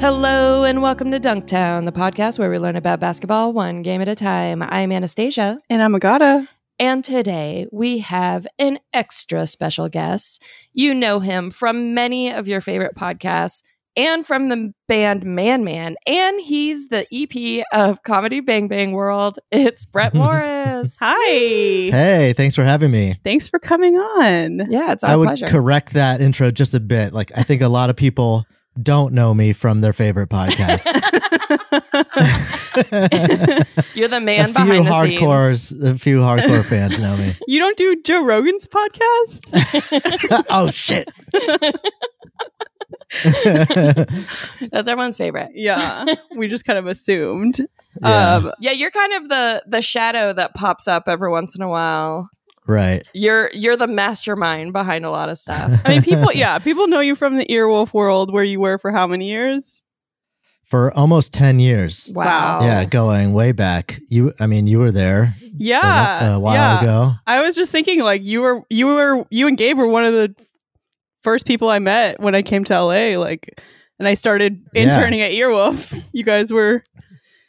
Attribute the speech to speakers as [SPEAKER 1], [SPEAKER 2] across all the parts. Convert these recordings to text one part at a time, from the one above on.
[SPEAKER 1] Hello and welcome to Dunktown, the podcast where we learn about basketball one game at a time. I'm Anastasia,
[SPEAKER 2] And I'm Agata.
[SPEAKER 1] and today we have an extra special guest. You know him from many of your favorite podcasts and from the band Man Man, and he's the EP of Comedy Bang Bang World. It's Brett Morris.
[SPEAKER 2] Hi.
[SPEAKER 3] Hey, thanks for having me.
[SPEAKER 2] Thanks for coming on.
[SPEAKER 1] Yeah, it's our
[SPEAKER 3] I would
[SPEAKER 1] pleasure.
[SPEAKER 3] correct that intro just a bit. Like, I think a lot of people don't know me from their favorite podcast.
[SPEAKER 1] You're the
[SPEAKER 3] a
[SPEAKER 1] man
[SPEAKER 3] few
[SPEAKER 1] behind the scenes.
[SPEAKER 3] hardcores, a few hardcore fans know me.
[SPEAKER 2] you don't do Joe Rogan's podcast?
[SPEAKER 3] oh shit!
[SPEAKER 1] That's everyone's favorite.
[SPEAKER 2] yeah. We just kind of assumed.
[SPEAKER 3] Yeah,
[SPEAKER 2] Um,
[SPEAKER 1] Yeah, you're kind of the the shadow that pops up every once in a while.
[SPEAKER 3] right.
[SPEAKER 1] You're you're the mastermind behind a lot of stuff.
[SPEAKER 2] I mean, people, yeah, people know you from the earwolf world where you were for how many years?
[SPEAKER 3] For almost ten years.
[SPEAKER 1] Wow.
[SPEAKER 3] Yeah, going way back. You, I mean, you were there a wh-
[SPEAKER 2] Yeah.
[SPEAKER 3] a, while
[SPEAKER 2] yeah.
[SPEAKER 3] ago.
[SPEAKER 2] I was just thinking, like, you were, you were, you and Gabe were one of the first people I met when I came to LA. Like, and I started
[SPEAKER 3] Yeah.
[SPEAKER 2] interning at Earwolf. You guys were,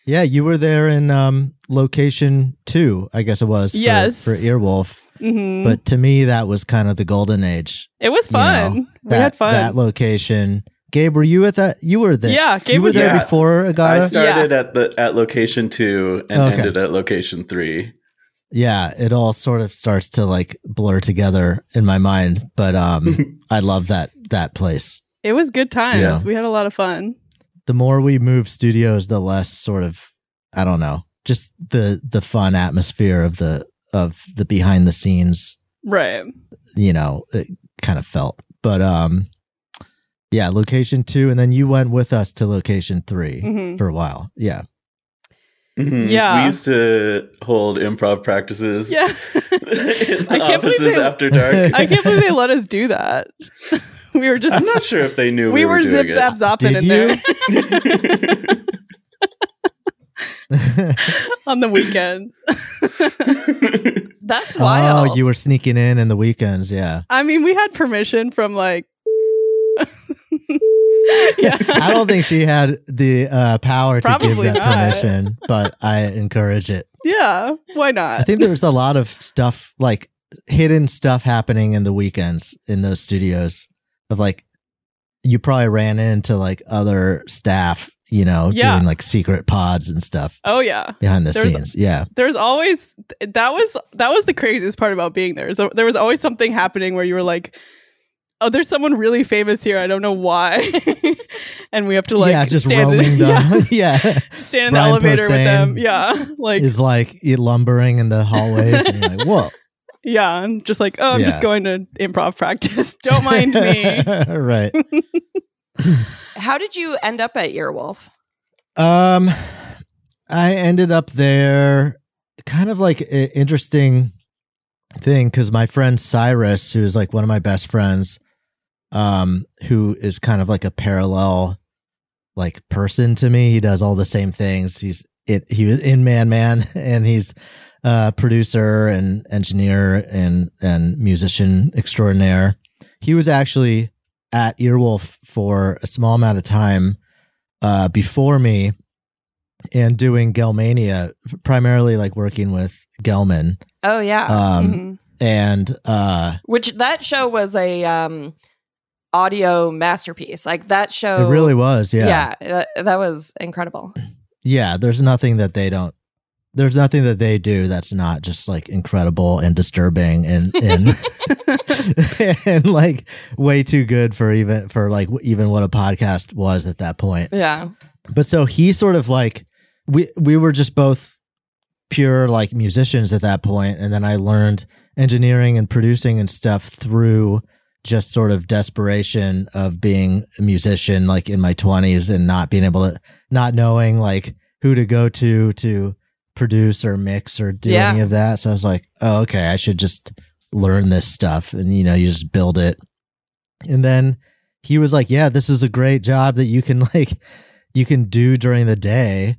[SPEAKER 3] Yeah, you were there in um, location two, I guess it was. For,
[SPEAKER 2] Yes.
[SPEAKER 3] for Earwolf.
[SPEAKER 2] mhm.
[SPEAKER 3] But to me, that was kind of the golden age.
[SPEAKER 2] it was
[SPEAKER 3] you know,
[SPEAKER 2] fun. we
[SPEAKER 3] that,
[SPEAKER 2] had fun.
[SPEAKER 3] That location. Gabe, were you at that? You were there.
[SPEAKER 2] Yeah, Gabe
[SPEAKER 3] you were
[SPEAKER 2] was
[SPEAKER 3] there
[SPEAKER 2] there.
[SPEAKER 3] before
[SPEAKER 4] I
[SPEAKER 3] Agata.
[SPEAKER 4] started at the at location two and
[SPEAKER 3] Okay.
[SPEAKER 4] ended at location three.
[SPEAKER 3] yeah, it all sort of starts to like blur together in my mind. But um, I love that that place.
[SPEAKER 2] It was good times.
[SPEAKER 3] Yeah.
[SPEAKER 2] We had a lot of fun.
[SPEAKER 3] The more we move studios, the less sort of I don't know, just the the fun atmosphere of the of the behind the scenes.
[SPEAKER 2] Right.
[SPEAKER 3] You know, it kind of felt. But um, yeah, location two, and then you went with us to location 3
[SPEAKER 2] Mhm.
[SPEAKER 3] for a while. Yeah.
[SPEAKER 4] Mhm.
[SPEAKER 2] Yeah.
[SPEAKER 4] we used to hold improv practices.
[SPEAKER 2] Yeah.
[SPEAKER 4] in the
[SPEAKER 2] I can't believe
[SPEAKER 4] offices
[SPEAKER 2] they-
[SPEAKER 4] after dark.
[SPEAKER 2] I can't believe they let us do that. We were just
[SPEAKER 4] I'm not sure if they knew
[SPEAKER 2] we,
[SPEAKER 4] we,
[SPEAKER 2] were
[SPEAKER 4] doing
[SPEAKER 2] zip zap zopping
[SPEAKER 3] Did
[SPEAKER 2] in there
[SPEAKER 4] it.
[SPEAKER 2] on the weekends.
[SPEAKER 1] That's wild.
[SPEAKER 3] Oh, you were sneaking in in the weekends, yeah.
[SPEAKER 2] I mean, we had permission from like yeah.
[SPEAKER 3] I don't think she had the uh, power to give
[SPEAKER 2] Probably
[SPEAKER 3] that
[SPEAKER 2] not.
[SPEAKER 3] permission, but I encourage it.
[SPEAKER 2] yeah. Why not?
[SPEAKER 3] I think there was a lot of stuff, like hidden stuff happening in the weekends in those studios of like, you probably ran into like other staff, you know,
[SPEAKER 2] Yeah.
[SPEAKER 3] doing like secret pods and stuff
[SPEAKER 2] oh yeah.
[SPEAKER 3] behind the
[SPEAKER 2] There's-
[SPEAKER 3] scenes. Yeah.
[SPEAKER 2] There's always that was that was the craziest part about being there. So there was always something happening where you were like, "Oh, there's someone really famous here. I don't know why," and we have to like
[SPEAKER 3] yeah, just
[SPEAKER 2] stand
[SPEAKER 3] roaming
[SPEAKER 2] in,
[SPEAKER 3] the, yeah,
[SPEAKER 2] stand in
[SPEAKER 3] Brian
[SPEAKER 2] the elevator with them.
[SPEAKER 3] Posehn
[SPEAKER 2] Yeah, like
[SPEAKER 3] is like e-, lumbering in the hallways and you're like, whoa.
[SPEAKER 2] yeah, and just like oh, I'm just
[SPEAKER 3] Yeah.
[SPEAKER 2] going to improv practice. Don't mind me.
[SPEAKER 3] right.
[SPEAKER 1] How did you end up at Earwolf?
[SPEAKER 3] Um, I ended up there, kind of like an interesting thing because my friend Cyrus, who is like one of my best friends, um, who is kind of like a parallel like person to me. He does all the same things. He's it. He was in Man Man, and he's uh producer and engineer and and musician extraordinaire. He was actually at Earwolf for a small amount of time uh, before me and doing Gelmania, primarily like working with Gelman.
[SPEAKER 1] Oh yeah.
[SPEAKER 3] Um,
[SPEAKER 2] Mhm.
[SPEAKER 3] And uh,
[SPEAKER 1] Which that show was a um audio masterpiece. Like that show
[SPEAKER 3] it really was. Yeah. yeah.
[SPEAKER 1] that, that was incredible.
[SPEAKER 3] There's nothing that they don't. There's nothing that they do that's not just like incredible and disturbing and and, and like way too good for even for like even what a podcast was at that point.
[SPEAKER 1] Yeah.
[SPEAKER 3] But so he sort of like we we were just both pure like musicians at that point and then I learned engineering and producing and stuff through just sort of desperation of being a musician like in my 20s and not being able to not knowing like who to go to to produce or mix or do
[SPEAKER 1] Yeah.
[SPEAKER 3] any of that so I was like oh okay I should just learn this stuff and you know you just build it and then he was like yeah this is a great job that you can like you can do during the day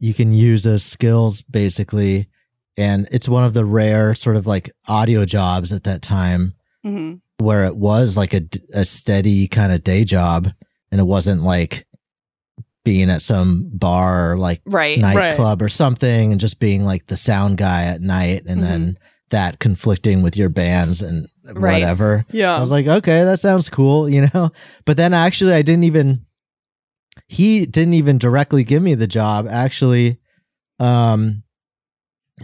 [SPEAKER 3] you can use those skills basically and it's one of the rare sort of like audio jobs at that time
[SPEAKER 2] Mhm.
[SPEAKER 3] where it was like a, d- a steady kind of day job and it wasn't like being at some bar or like
[SPEAKER 1] Right.
[SPEAKER 3] nightclub or something and just being like the sound guy at night and
[SPEAKER 1] Mm-hmm.
[SPEAKER 3] then that conflicting with your bands and
[SPEAKER 1] Right.
[SPEAKER 3] whatever. I
[SPEAKER 2] Yeah.
[SPEAKER 3] was like, okay, that sounds cool, you know? But then actually, I didn't even, he didn't even directly give me the job. Actually, um,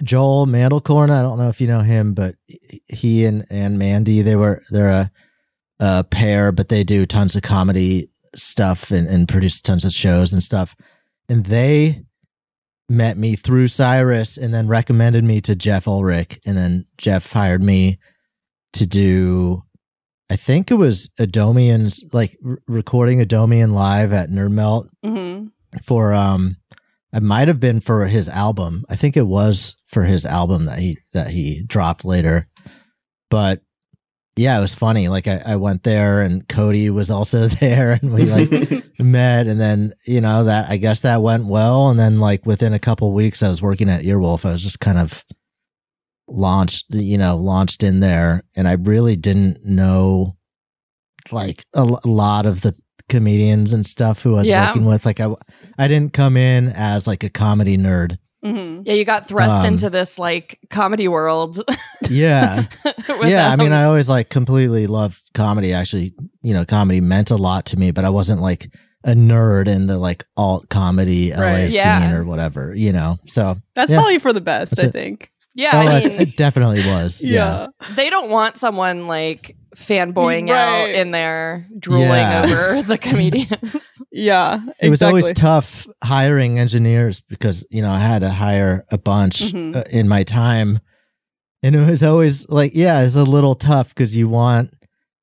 [SPEAKER 3] Joel Mandelkorn, I don't know if you know him, but he and, and Mandy, they were, they're a, a pair, but they do tons of comedy stuff and, and produce tons of shows and stuff. And they met me through Cyrus and then recommended me to Jeff Ulrich. And then Jeff hired me to do I think it was Adomian's like r- recording Adomian live at Nerdmelt
[SPEAKER 2] Mhm.
[SPEAKER 3] for um it might have been for his album. I think it was for his album that he that he dropped later. But yeah, it was funny. Like I, I went there and Cody was also there and we like met and then you know that I guess that went well and then like within a couple weeks I was working at Earwolf. I was just kind of launched you know launched in there and I really didn't know like a l- lot of the comedians and stuff who I was
[SPEAKER 1] Yeah.
[SPEAKER 3] working with like I w- I didn't come in as like a comedy nerd.
[SPEAKER 2] Mhm.
[SPEAKER 1] Yeah, you got thrust
[SPEAKER 3] Um,
[SPEAKER 1] into this like comedy world.
[SPEAKER 3] Yeah. yeah, I mean I always like completely love comedy actually, you know, comedy meant a lot to me, but I wasn't like a nerd in the like alt comedy LA
[SPEAKER 2] Right.
[SPEAKER 3] scene
[SPEAKER 1] Yeah.
[SPEAKER 3] or whatever, you know. So
[SPEAKER 2] That's
[SPEAKER 3] Yeah.
[SPEAKER 2] probably for the best,
[SPEAKER 3] That's
[SPEAKER 2] I
[SPEAKER 3] it.
[SPEAKER 2] think.
[SPEAKER 1] yeah,
[SPEAKER 3] Oh,
[SPEAKER 1] I
[SPEAKER 3] it-
[SPEAKER 1] mean,
[SPEAKER 3] it definitely was. Yeah.
[SPEAKER 2] Yeah.
[SPEAKER 1] they don't want someone like fanboying out
[SPEAKER 2] Right.
[SPEAKER 1] in there drooling
[SPEAKER 3] Yeah.
[SPEAKER 1] over the comedians.
[SPEAKER 2] Yeah.
[SPEAKER 3] It was
[SPEAKER 2] exactly.
[SPEAKER 3] always tough hiring engineers because, you know, I had to hire a bunch
[SPEAKER 2] Mhm.
[SPEAKER 3] uh, in my time. And it was always like, yeah, it's a little tough because you want,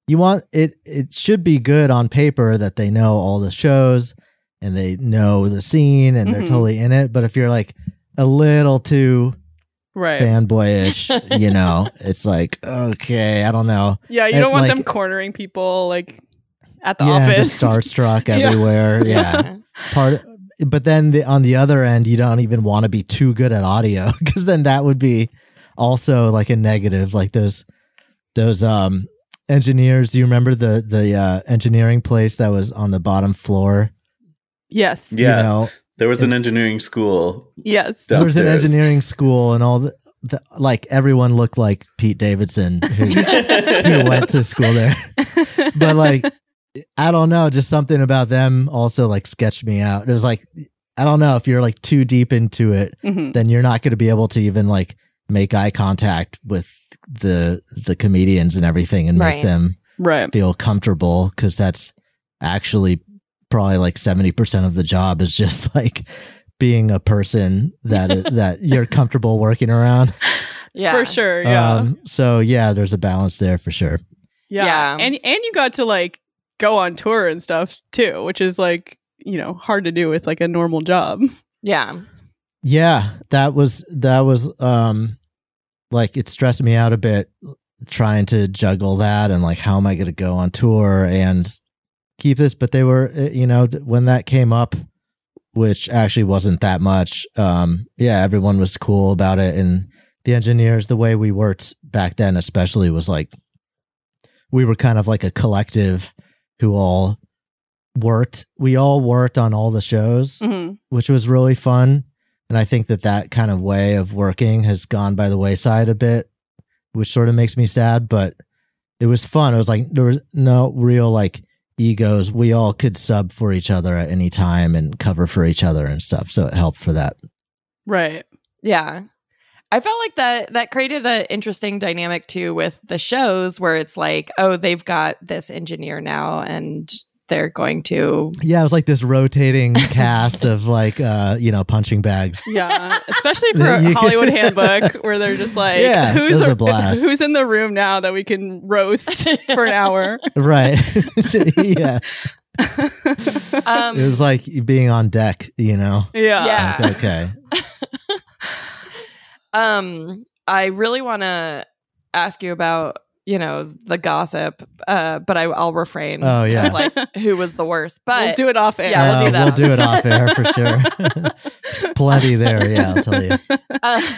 [SPEAKER 3] you want it, it should be good on paper that they know all the shows and they know the scene and they're
[SPEAKER 2] Mhm.
[SPEAKER 3] totally in it. But if you're like a little too
[SPEAKER 2] right.
[SPEAKER 3] fanboyish, you know, it's like, okay, I don't know.
[SPEAKER 2] Yeah, you
[SPEAKER 3] And,
[SPEAKER 2] don't want
[SPEAKER 3] like-
[SPEAKER 2] them cornering people like at the
[SPEAKER 3] yeah,
[SPEAKER 2] office.
[SPEAKER 3] just starstruck
[SPEAKER 2] Yeah.
[SPEAKER 3] everywhere. yeah. part but then the, on the other end you don't even want to be too good at audio because then that would be also like a negative like those those um engineers do you remember the the uh, engineering place that was on the bottom floor
[SPEAKER 2] yes.
[SPEAKER 4] Yeah.
[SPEAKER 3] you know
[SPEAKER 4] there was an engineering school.
[SPEAKER 2] Yes.
[SPEAKER 4] Yeah.
[SPEAKER 3] there was an
[SPEAKER 4] Downstairs.
[SPEAKER 3] engineering school and all the, the like everyone looked like pete davidson who, who went to school there but like i don't know just something about them also like sketched me out it was like i don't know if you're like too deep into it
[SPEAKER 2] Mhm.
[SPEAKER 3] then you're not going to be able to even like make eye contact with the the comedians and everything and
[SPEAKER 1] Right.
[SPEAKER 3] make them
[SPEAKER 2] Right.
[SPEAKER 3] feel comfortable because that's actually probably like 70% of the job is just like being a person that that you're comfortable working around
[SPEAKER 1] yeah.
[SPEAKER 2] For sure. Yeah.
[SPEAKER 3] um so yeah there's a balance there for sure
[SPEAKER 2] yeah.
[SPEAKER 1] yeah.
[SPEAKER 2] And and you got to like go on tour and stuff too, which is like, you know, hard to do with like a normal job.
[SPEAKER 1] Yeah.
[SPEAKER 3] Yeah, that was that was um like it stressed me out a bit trying to juggle that and like how am I going to go on tour and keep this but they were uh, you know d- when that came up which actually wasn't that much um yeah everyone was cool about it and the engineers the way we worked back then especially was like we were kind of like a collective who all worked we all worked on all the shows
[SPEAKER 1] Mm-hmm.
[SPEAKER 2] Mhm.
[SPEAKER 3] which was really fun. And I think that that kind of way of working has gone by the wayside a bit, which sort of makes me sad, but it was fun. It was like there was no real like egos. We all could sub for each other at any time and cover for each other and stuff. So it helped for that.
[SPEAKER 2] Right.
[SPEAKER 1] Yeah. I felt like that that created an interesting dynamic too with the shows where it's like, oh, they've got this engineer now and they're going to
[SPEAKER 3] Yeah, it was like this rotating cast of like uh, you know, punching bags.
[SPEAKER 2] Yeah. Especially for
[SPEAKER 3] You-
[SPEAKER 2] Hollywood Handbook where they're just like
[SPEAKER 3] Yeah,
[SPEAKER 2] who's
[SPEAKER 3] those are blasts.
[SPEAKER 2] who's in the room now that we can roast for an hour.
[SPEAKER 3] Right. yeah.
[SPEAKER 1] um
[SPEAKER 3] It was like being on deck, you know.
[SPEAKER 2] yeah.
[SPEAKER 1] Yeah.
[SPEAKER 3] Like, okay.
[SPEAKER 1] um I really want to ask you about, you know, the gossip, uh but I will refrain
[SPEAKER 3] Oh, yeah.
[SPEAKER 1] to like who was the worst. But
[SPEAKER 2] we'll do it off air.
[SPEAKER 1] Yeah, we'll do
[SPEAKER 3] Uh,
[SPEAKER 1] that.
[SPEAKER 3] We'll do it off air for sure. There's plenty there. Yeah, I'll tell you.
[SPEAKER 1] Uh,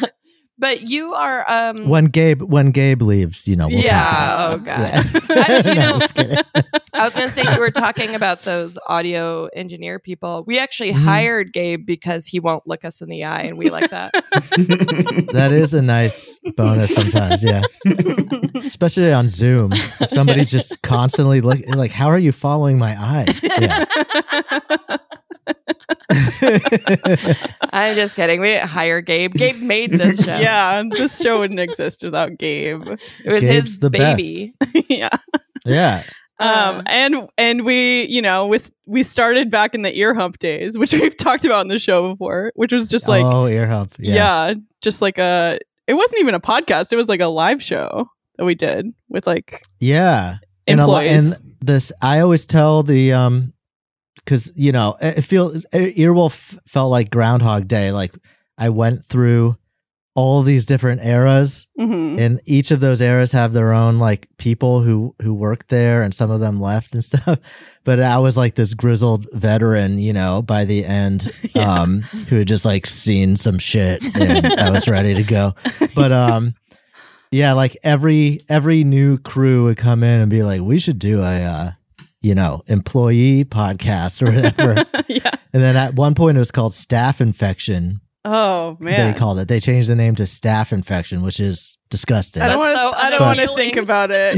[SPEAKER 1] But you are um
[SPEAKER 3] When Gabe when Gabe leaves, you know, we'll
[SPEAKER 1] Yeah,
[SPEAKER 3] talk.
[SPEAKER 1] oh
[SPEAKER 3] about it.
[SPEAKER 1] God.
[SPEAKER 3] Yeah.
[SPEAKER 1] I- you
[SPEAKER 3] No,
[SPEAKER 1] know-
[SPEAKER 3] just kidding.
[SPEAKER 1] I was going to say you were talking about those audio engineer people. We actually
[SPEAKER 3] Mhm.
[SPEAKER 1] hired Gabe because he won't look us in the eye, and we like that.
[SPEAKER 3] That is a nice bonus sometimes, yeah. Especially on Zoom. If somebody's just constantly look, like, how are you following my eyes? Yeah.
[SPEAKER 1] I'm just kidding. We didn't hire Gabe. Gabe made this show.
[SPEAKER 2] yeah, this show wouldn't exist without Gabe.
[SPEAKER 1] it was
[SPEAKER 3] Gabe's
[SPEAKER 1] his
[SPEAKER 3] the best.
[SPEAKER 1] baby.
[SPEAKER 2] yeah.
[SPEAKER 3] yeah.
[SPEAKER 1] Uh.
[SPEAKER 2] Um, and and we, you know, we, we started back in the ear hump days, which we've talked about in the show before, which was just like,
[SPEAKER 3] oh, ear hump. Yeah.
[SPEAKER 2] yeah. just like a, it wasn't even a podcast. It was like a live show that we did with like
[SPEAKER 3] Yeah. And a lot
[SPEAKER 2] employees.
[SPEAKER 3] and this I always tell the um cuz you know, it it feel e, Earwolf felt like groundhog day like I went through all these different eras
[SPEAKER 2] Mhm.
[SPEAKER 3] and each of those eras have their own like people who who worked there and some of them left and stuff but i was like this grizzled veteran you know by the end
[SPEAKER 2] Yeah.
[SPEAKER 3] um who had just like seen some shit and i was ready to go but um yeah like every every new crew would come in and be like we should do a uh you know employee podcast or whatever
[SPEAKER 2] yeah.
[SPEAKER 3] and then at one point it was called staff infection
[SPEAKER 2] Oh
[SPEAKER 3] they
[SPEAKER 2] man.
[SPEAKER 3] called it they changed the name to staff infection which is disgusting
[SPEAKER 2] I don't want
[SPEAKER 1] That's
[SPEAKER 2] to.
[SPEAKER 1] so
[SPEAKER 2] I don't want to
[SPEAKER 1] unappealing.
[SPEAKER 2] think about it.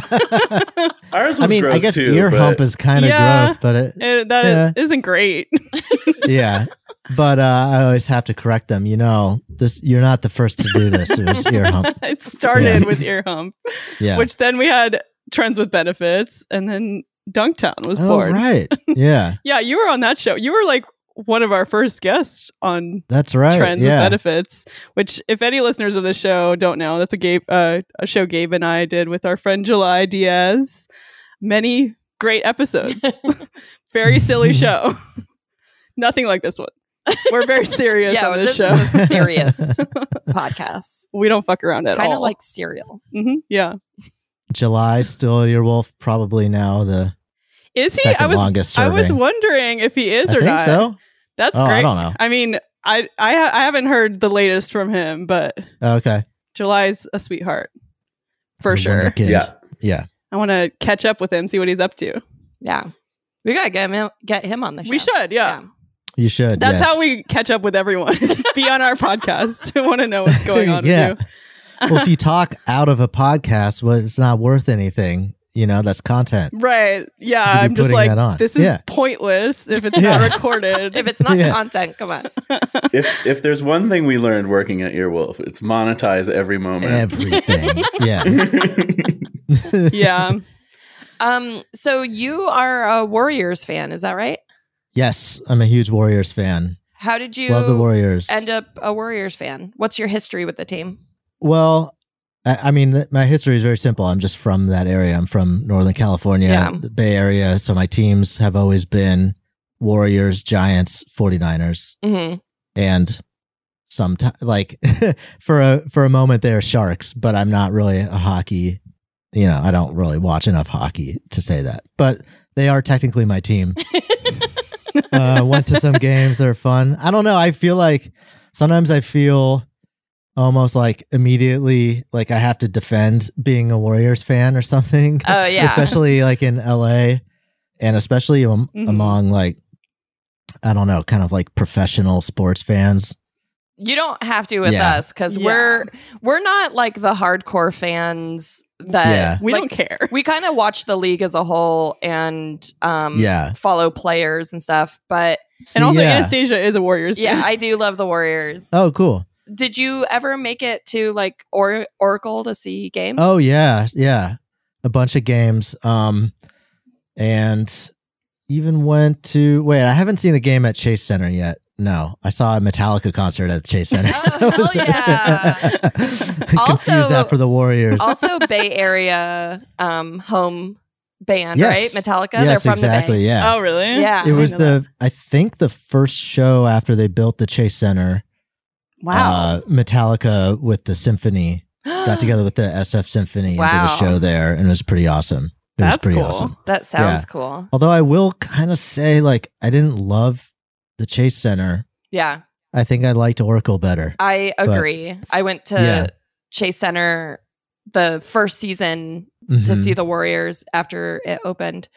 [SPEAKER 2] Yeah.
[SPEAKER 4] Ours
[SPEAKER 3] I
[SPEAKER 4] was
[SPEAKER 3] mean,
[SPEAKER 4] gross
[SPEAKER 3] I guess
[SPEAKER 4] too.
[SPEAKER 3] ear
[SPEAKER 4] but
[SPEAKER 3] hump is kind of
[SPEAKER 2] Yeah.
[SPEAKER 3] gross, but it,
[SPEAKER 2] It- that
[SPEAKER 3] Yeah.
[SPEAKER 2] not great.
[SPEAKER 3] yeah. But uh, I always have to correct them. You know, this you're not the first to do this. It was ear hump.
[SPEAKER 2] it started
[SPEAKER 3] Yeah.
[SPEAKER 2] with ear hump,
[SPEAKER 3] Yeah.
[SPEAKER 2] which then we had trends with benefits, and then Dunktown was
[SPEAKER 3] oh,
[SPEAKER 2] born.
[SPEAKER 3] right. Yeah,
[SPEAKER 2] Yeah, you were on that show. You were like one of our first guests on
[SPEAKER 3] that's right.
[SPEAKER 2] Trends
[SPEAKER 3] yeah.
[SPEAKER 2] with Benefits, which, if any listeners of the show don't know, that's a Gabe, uh, a show Gabe and I did with our friend July Diaz. Many great episodes. very silly show. Nothing like this one. We're very serious
[SPEAKER 1] yeah,
[SPEAKER 2] on
[SPEAKER 1] this
[SPEAKER 2] this, show.
[SPEAKER 1] is a serious podcast.
[SPEAKER 2] we don't fuck around at
[SPEAKER 1] Kind of
[SPEAKER 2] all.
[SPEAKER 1] like cereal.
[SPEAKER 2] hmm yeah.
[SPEAKER 3] July still ear wolf. Probably now the
[SPEAKER 2] Is he?
[SPEAKER 3] second
[SPEAKER 2] I was
[SPEAKER 3] longest
[SPEAKER 2] I
[SPEAKER 3] serving.
[SPEAKER 2] was wondering if he is
[SPEAKER 3] I
[SPEAKER 2] or
[SPEAKER 3] think
[SPEAKER 2] not.
[SPEAKER 3] so.
[SPEAKER 2] That's
[SPEAKER 3] oh,
[SPEAKER 2] great.
[SPEAKER 3] I
[SPEAKER 2] I,
[SPEAKER 3] don't know.
[SPEAKER 2] mean, I I ha- I haven't heard the latest from him, but
[SPEAKER 3] okay,
[SPEAKER 2] July's a sweetheart for
[SPEAKER 3] The
[SPEAKER 2] sure.
[SPEAKER 3] Wonder Kid.
[SPEAKER 4] yeah.
[SPEAKER 3] yeah.
[SPEAKER 2] I want to catch up with him, see what he's up to.
[SPEAKER 1] Yeah, we gotta get him get him on the show.
[SPEAKER 2] We should, yeah.
[SPEAKER 3] You should.
[SPEAKER 2] That's
[SPEAKER 3] yes.
[SPEAKER 2] how we catch up with everyone. is be on our podcast. I want to know what's going on.
[SPEAKER 3] Yeah.
[SPEAKER 2] With you.
[SPEAKER 3] well, if you talk out of a podcast, well, it's not worth anything. You know, that's content.
[SPEAKER 2] Right. Yeah.
[SPEAKER 3] You could be
[SPEAKER 2] I'm just
[SPEAKER 3] putting that
[SPEAKER 2] like,
[SPEAKER 3] on.
[SPEAKER 2] this is
[SPEAKER 3] Yeah.
[SPEAKER 2] pointless if it's
[SPEAKER 3] Yeah.
[SPEAKER 2] not recorded.
[SPEAKER 1] If it's not
[SPEAKER 3] Yeah.
[SPEAKER 1] content, come on.
[SPEAKER 4] If if there's one thing we learned working at Earwolf, it's monetize every moment.
[SPEAKER 3] Everything. yeah.
[SPEAKER 2] yeah.
[SPEAKER 1] Um, so you are a Warriors fan, is that right?
[SPEAKER 3] Yes, I'm a huge Warriors fan.
[SPEAKER 1] How did you uh,
[SPEAKER 3] Love the Warriors.
[SPEAKER 1] end up a Warriors fan? What's your history with the team?
[SPEAKER 3] well, I, I mean, th- my history is very simple. I'm just from that area. I'm from Northern California,
[SPEAKER 1] Yeah.
[SPEAKER 3] the Bay Area. So my teams have always been Warriors, Giants, 49ers,
[SPEAKER 1] Mm-hmm.
[SPEAKER 3] and sometimes like for a for a moment they're Sharks. But I'm not really a hockey. You know, I don't really watch enough hockey to say that. But they are technically my team. uh, went to some games. They're fun. I don't know. I feel like sometimes I feel almost like immediately like I have to defend being a Warriors fan or something.
[SPEAKER 1] Oh yeah,
[SPEAKER 3] Especially like in LA and especially am-
[SPEAKER 1] Mm-hmm.
[SPEAKER 2] Mhm.
[SPEAKER 3] among like, I don't know, kind of like professional sports fans.
[SPEAKER 1] you don't have to with
[SPEAKER 3] Yeah.
[SPEAKER 1] us because
[SPEAKER 2] Yeah.
[SPEAKER 1] we're we're not like the hardcore fans that
[SPEAKER 3] Yeah.
[SPEAKER 2] We
[SPEAKER 1] like,
[SPEAKER 2] don't care.
[SPEAKER 1] We kind of watch the league as a whole and um,
[SPEAKER 3] Yeah.
[SPEAKER 1] follow players and stuff. But
[SPEAKER 3] See,
[SPEAKER 2] And also,
[SPEAKER 3] yeah.
[SPEAKER 2] Anastasia is a Warriors
[SPEAKER 1] yeah,
[SPEAKER 2] fan.
[SPEAKER 1] I do love the Warriors.
[SPEAKER 3] Oh, cool.
[SPEAKER 1] Did you ever make it to like or- Oracle to see games?
[SPEAKER 3] Oh yeah, yeah. A bunch of games. Um and even went to wait, I haven't seen a game at Chase Center yet. No. I saw a Metallica concert at Chase Center.
[SPEAKER 1] Oh, hell yeah.
[SPEAKER 3] Confuse
[SPEAKER 1] Also-
[SPEAKER 3] that for the Warriors.
[SPEAKER 1] also Bay Area um, home band,
[SPEAKER 3] Yes.
[SPEAKER 1] right? Metallica.
[SPEAKER 3] yes,
[SPEAKER 1] They're from
[SPEAKER 3] exactly.
[SPEAKER 1] the Bay.
[SPEAKER 3] Yeah.
[SPEAKER 2] Oh, really?
[SPEAKER 1] Yeah.
[SPEAKER 2] I
[SPEAKER 3] it was
[SPEAKER 2] know
[SPEAKER 3] the I think the first show after they built the Chase Center. Uh, Metallica with the symphony got together with the SF Symphony and did
[SPEAKER 1] Wow.
[SPEAKER 3] a show there, and it was pretty awesome. It
[SPEAKER 2] That's
[SPEAKER 3] was pretty
[SPEAKER 2] cool.
[SPEAKER 3] awesome.
[SPEAKER 1] That sounds cool.
[SPEAKER 3] Although I will kind of say, like, I didn't love the Chase Center
[SPEAKER 1] Yeah.
[SPEAKER 3] I think I liked Oracle better.
[SPEAKER 1] I
[SPEAKER 3] But-
[SPEAKER 1] agree. I went Uh, to
[SPEAKER 3] Yeah.
[SPEAKER 1] Chase Center the first season to
[SPEAKER 3] Mhm.
[SPEAKER 1] see the Warriors after it opened.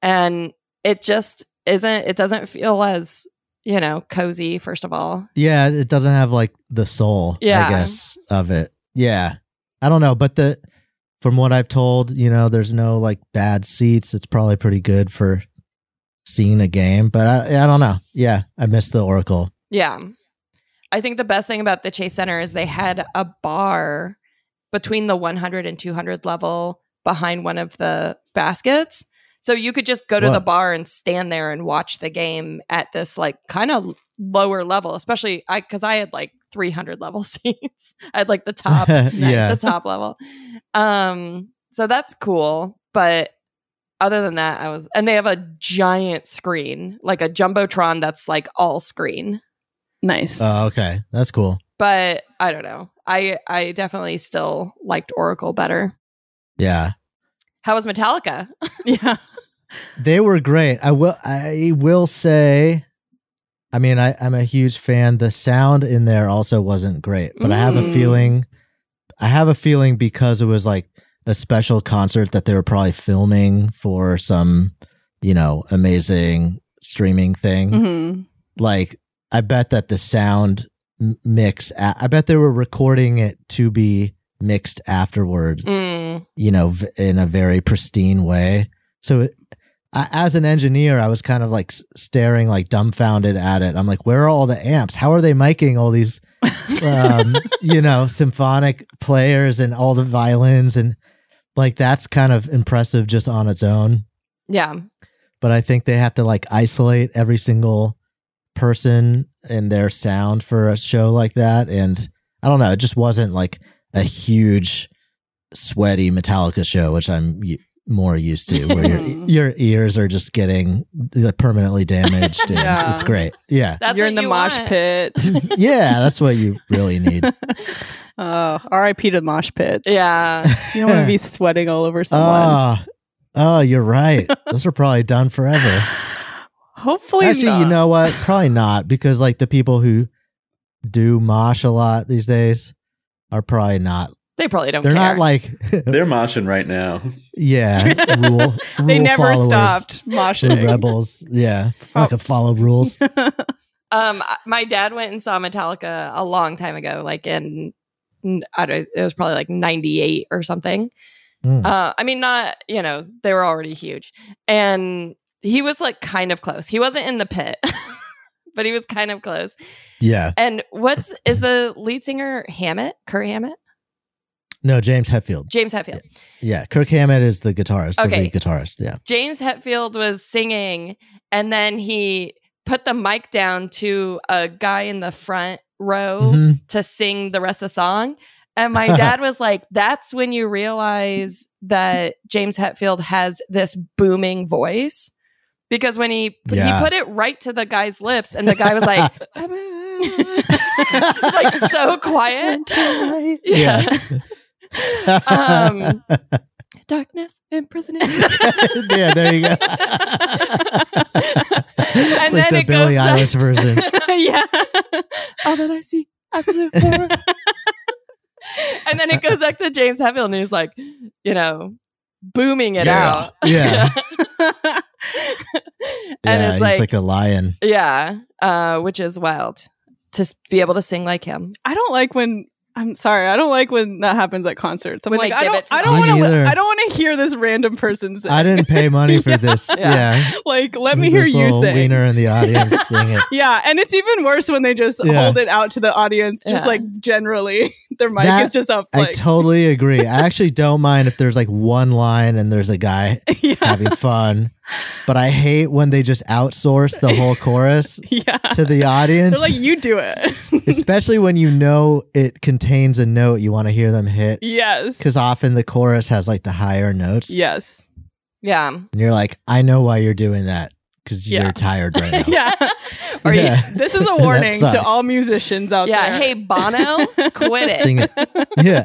[SPEAKER 1] And it just isn't, it doesn't feel as, you know, cozy, first of all.
[SPEAKER 3] Yeah, it doesn't have like the soul,
[SPEAKER 1] Yeah.
[SPEAKER 3] I guess, of it. Yeah. I don't know, but the from what I've told, you know, there's no like bad seats. It's probably pretty good for seeing a game, but I I don't know. Yeah, I missed the Oracle.
[SPEAKER 1] Yeah. I think the best thing about the Chase Center is they had a bar between the 100 and 200 level behind one of the baskets. So you could just go to the
[SPEAKER 3] What?
[SPEAKER 1] bar and stand there and watch the game at this like kind of lower level, especially I cuz I had like 300 level seats. I had like the top
[SPEAKER 3] yeah.
[SPEAKER 1] the top level. Um, so that's cool. But other than that, I was, and they have a giant screen, like a jumbotron that's like all screen.
[SPEAKER 2] Nice.
[SPEAKER 3] Oh, okay. That's cool.
[SPEAKER 1] But I don't know. I I definitely still liked Oracle better.
[SPEAKER 3] Yeah.
[SPEAKER 1] How was Metallica?
[SPEAKER 2] yeah.
[SPEAKER 3] They were great. I will I will say I mean, I, I'm a huge fan. The sound in there also wasn't great, but I have a
[SPEAKER 1] Mm.
[SPEAKER 3] feeling I have a feeling because it was like a special concert that they were probably filming for some, you know, amazing streaming thing.
[SPEAKER 2] hmm
[SPEAKER 3] Like I bet that the sound m- mix a- I bet they were recording it to be mixed afterward
[SPEAKER 1] Mm,
[SPEAKER 3] you know, v- in a very pristine way. So, it, I, as an engineer, I was kind of like s- staring, like dumbfounded at it. I'm like, where are all the amps? How are they miking all these, um, you know, symphonic players and all the violins and like that's kind of impressive just on its own.
[SPEAKER 1] yeah.
[SPEAKER 3] But I think they have to like isolate every single person and their sound for a show like that. And I don't know, it just wasn't like a huge sweaty Metallica show, which I'm u- more used to, where your, your ears are just getting uh, permanently damaged. And
[SPEAKER 2] Yeah.
[SPEAKER 3] It's great. Yeah.
[SPEAKER 1] That's
[SPEAKER 2] You're
[SPEAKER 1] what
[SPEAKER 2] in the
[SPEAKER 1] you
[SPEAKER 2] mosh
[SPEAKER 1] want.
[SPEAKER 2] pit.
[SPEAKER 3] yeah. That's what you really need.
[SPEAKER 2] oh, RIP to the mosh pits.
[SPEAKER 1] Yeah.
[SPEAKER 2] You don't want to be sweating all over someone.
[SPEAKER 3] Oh, oh, you're right. Those are probably done forever.
[SPEAKER 2] Hopefully,
[SPEAKER 3] Actually,
[SPEAKER 2] not.
[SPEAKER 3] you know what? Probably not because like the people who do mosh a lot these days are probably not.
[SPEAKER 1] They probably don't
[SPEAKER 3] They're
[SPEAKER 1] care.
[SPEAKER 3] not like
[SPEAKER 4] They're moshing right now.
[SPEAKER 3] yeah, rule, rule
[SPEAKER 2] they never
[SPEAKER 3] followers.
[SPEAKER 2] stopped
[SPEAKER 3] They're
[SPEAKER 2] moshing.
[SPEAKER 3] rebels. Yeah,
[SPEAKER 1] Oh.
[SPEAKER 3] like a follow rules.
[SPEAKER 1] Um, I- my dad went and saw Metallica a long time ago, like in n- I don't. It was probably like '98 or something.
[SPEAKER 3] Mm.
[SPEAKER 1] Uh, I mean, not you know they were already huge, and he was like kind of close. He wasn't in the pit, but he was kind of close.
[SPEAKER 3] Yeah,
[SPEAKER 1] And what's is the lead singer Hammett? Kurt Hammett?
[SPEAKER 3] no, James Hetfield.
[SPEAKER 1] James Hetfield.
[SPEAKER 3] Yeah, Kirk Hammett is the guitarist,
[SPEAKER 1] Okay.
[SPEAKER 3] the lead guitarist. Yeah,
[SPEAKER 1] James Hetfield was singing, and then he put the mic down to a guy in the front row.
[SPEAKER 3] Mhm.
[SPEAKER 1] to sing the rest of the song. And my dad was like, that's when you realize that James Hetfield has this booming voice. Because when he
[SPEAKER 3] Yeah.
[SPEAKER 1] he put it right to the guy's lips and the guy was like, it's like so quiet.
[SPEAKER 3] Mm-hmm. yeah.
[SPEAKER 1] Um, Darkness imprisoning.
[SPEAKER 3] yeah, there you go. it's
[SPEAKER 1] And
[SPEAKER 3] like
[SPEAKER 1] then
[SPEAKER 3] the
[SPEAKER 1] it goes
[SPEAKER 3] Billie
[SPEAKER 1] back-
[SPEAKER 3] Eilish version.
[SPEAKER 2] yeah.
[SPEAKER 1] All that I see, absolute horror. and then it goes back to James Hetfield and he's like, you know, booming it
[SPEAKER 3] Yeah.
[SPEAKER 1] out.
[SPEAKER 3] Yeah.
[SPEAKER 1] and
[SPEAKER 3] yeah,
[SPEAKER 1] it's
[SPEAKER 3] he's
[SPEAKER 1] like,
[SPEAKER 3] like, a lion.
[SPEAKER 1] yeah, uh, which is wild to s- be able to sing like him.
[SPEAKER 2] I don't like when. I'm sorry. I don't like when that happens at concerts. I'm
[SPEAKER 1] When
[SPEAKER 2] like,
[SPEAKER 1] they
[SPEAKER 2] I
[SPEAKER 1] give it
[SPEAKER 2] don't.
[SPEAKER 1] to
[SPEAKER 2] I
[SPEAKER 1] them.
[SPEAKER 2] don't
[SPEAKER 3] Me
[SPEAKER 2] want to.
[SPEAKER 3] neither.
[SPEAKER 2] I don't want to hear this random person sing.
[SPEAKER 3] I didn't pay money for this.
[SPEAKER 1] Yeah.
[SPEAKER 3] Yeah.
[SPEAKER 2] like, let me hear
[SPEAKER 3] This
[SPEAKER 2] you
[SPEAKER 3] little
[SPEAKER 2] sing.
[SPEAKER 3] Wiener in the audience sing it.
[SPEAKER 2] Yeah, and it's even worse when they just
[SPEAKER 3] Yeah.
[SPEAKER 2] hold it out to the audience, just
[SPEAKER 1] Yeah.
[SPEAKER 2] like generally, their mic
[SPEAKER 3] That-
[SPEAKER 2] is just up.
[SPEAKER 3] I
[SPEAKER 2] Like,
[SPEAKER 3] totally agree. I actually don't mind if there's like one line and there's a guy
[SPEAKER 2] yeah,
[SPEAKER 3] having fun, but I hate when they just outsource the whole chorus
[SPEAKER 2] yeah.
[SPEAKER 3] to the audience,
[SPEAKER 2] They're like, you do it.
[SPEAKER 3] especially when you know it contains a note you want to hear them hit.
[SPEAKER 2] yes,
[SPEAKER 3] Because often the chorus has like the higher notes.
[SPEAKER 2] yes,
[SPEAKER 1] Yeah.
[SPEAKER 3] And you're like, I know why you're doing that because
[SPEAKER 2] Yeah.
[SPEAKER 3] you're tired right now.
[SPEAKER 2] yeah. Or you-
[SPEAKER 3] Yeah.
[SPEAKER 2] this is a
[SPEAKER 3] That
[SPEAKER 2] warning to
[SPEAKER 3] sucks.
[SPEAKER 2] all musicians out
[SPEAKER 1] Yeah.
[SPEAKER 2] there.
[SPEAKER 1] Hey, Bono, quit it.
[SPEAKER 3] Sing it. Yeah.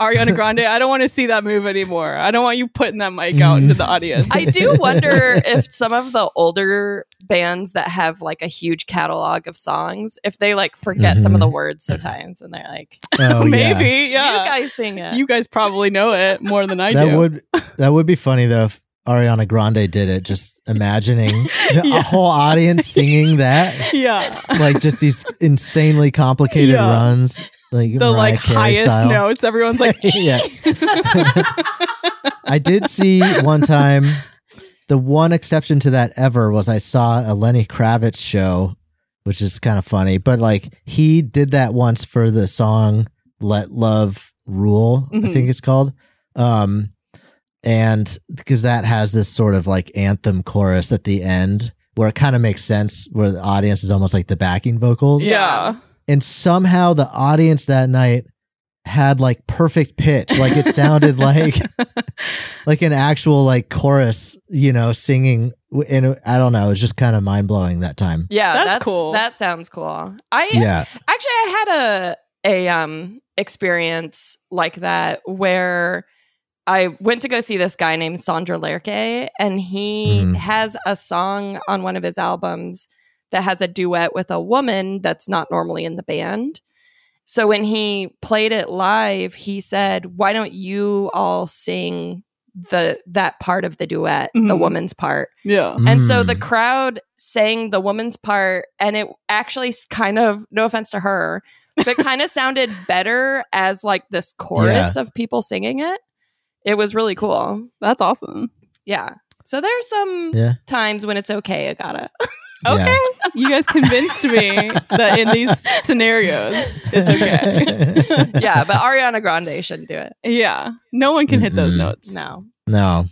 [SPEAKER 2] Ariana Grande, I don't want to see that move anymore. I don't want you putting that mic out
[SPEAKER 3] Mhm.
[SPEAKER 2] into the audience.
[SPEAKER 1] I do wonder if some of the older bands that have like a huge catalog of songs, if they like forget some
[SPEAKER 3] Mm-hmm.
[SPEAKER 1] of the words sometimes and they're like,
[SPEAKER 3] Oh, yeah.
[SPEAKER 2] Maybe,
[SPEAKER 1] you
[SPEAKER 2] yeah.
[SPEAKER 1] guys sing
[SPEAKER 2] You
[SPEAKER 1] it.
[SPEAKER 2] guys, probably know it more than I
[SPEAKER 3] that
[SPEAKER 2] do.
[SPEAKER 3] would that would be funny though if Ariana Grande did it. Just imagining the
[SPEAKER 2] Yeah.
[SPEAKER 3] a whole audience singing that,
[SPEAKER 2] yeah.
[SPEAKER 3] like just these insanely complicated
[SPEAKER 2] Yeah.
[SPEAKER 3] runs, like
[SPEAKER 2] The
[SPEAKER 3] Mariah
[SPEAKER 2] like
[SPEAKER 3] Carey
[SPEAKER 2] highest
[SPEAKER 3] style.
[SPEAKER 2] notes. Everyone's like,
[SPEAKER 3] yeah. I did see one time. The one exception to that ever was I saw a Lenny Kravitz show, which is kind of funny. But like he did that once for the song "Let Love Rule," I
[SPEAKER 2] Mhm.
[SPEAKER 3] think it's called. Um, and because that has this sort of like anthem chorus at the end where it kind of makes sense, where the audience is almost like the backing vocals
[SPEAKER 2] yeah.
[SPEAKER 3] and somehow the audience that night had like perfect pitch like it sounded like like an actual like chorus you know singing w- and it- i don't know it was just kind of mind-blowing that time
[SPEAKER 1] Yeah,
[SPEAKER 2] That's
[SPEAKER 1] that's,
[SPEAKER 2] cool.
[SPEAKER 1] That sounds cool. I
[SPEAKER 3] yeah
[SPEAKER 1] actually I had a a um experience like that where I went to go see this guy named Sandra Lerche, and he
[SPEAKER 3] Mhm.
[SPEAKER 1] has a song on one of his albums that has a duet with a woman that's not normally in the band. So when he played it live, he said, "Why don't you all sing the that part of the duet, the
[SPEAKER 2] Mhm.
[SPEAKER 1] woman's part?"
[SPEAKER 2] Yeah.
[SPEAKER 1] And so
[SPEAKER 3] Mm.
[SPEAKER 1] the crowd sang the woman's part, and it actually s- kind of, no offense to her, but kind of sounded better as like this chorus of people singing it. It was really cool.
[SPEAKER 2] That's awesome.
[SPEAKER 1] Yeah. So there's some
[SPEAKER 3] Yeah.
[SPEAKER 1] times when it's okay. I got it.
[SPEAKER 2] Okay.
[SPEAKER 3] Yeah.
[SPEAKER 2] You guys convinced me that in these scenarios, it's okay.
[SPEAKER 1] Yeah, but Ariana Grande shouldn't do it.
[SPEAKER 2] yeah. No one can hit those
[SPEAKER 3] Mm-mm.
[SPEAKER 2] notes.
[SPEAKER 1] No.
[SPEAKER 3] no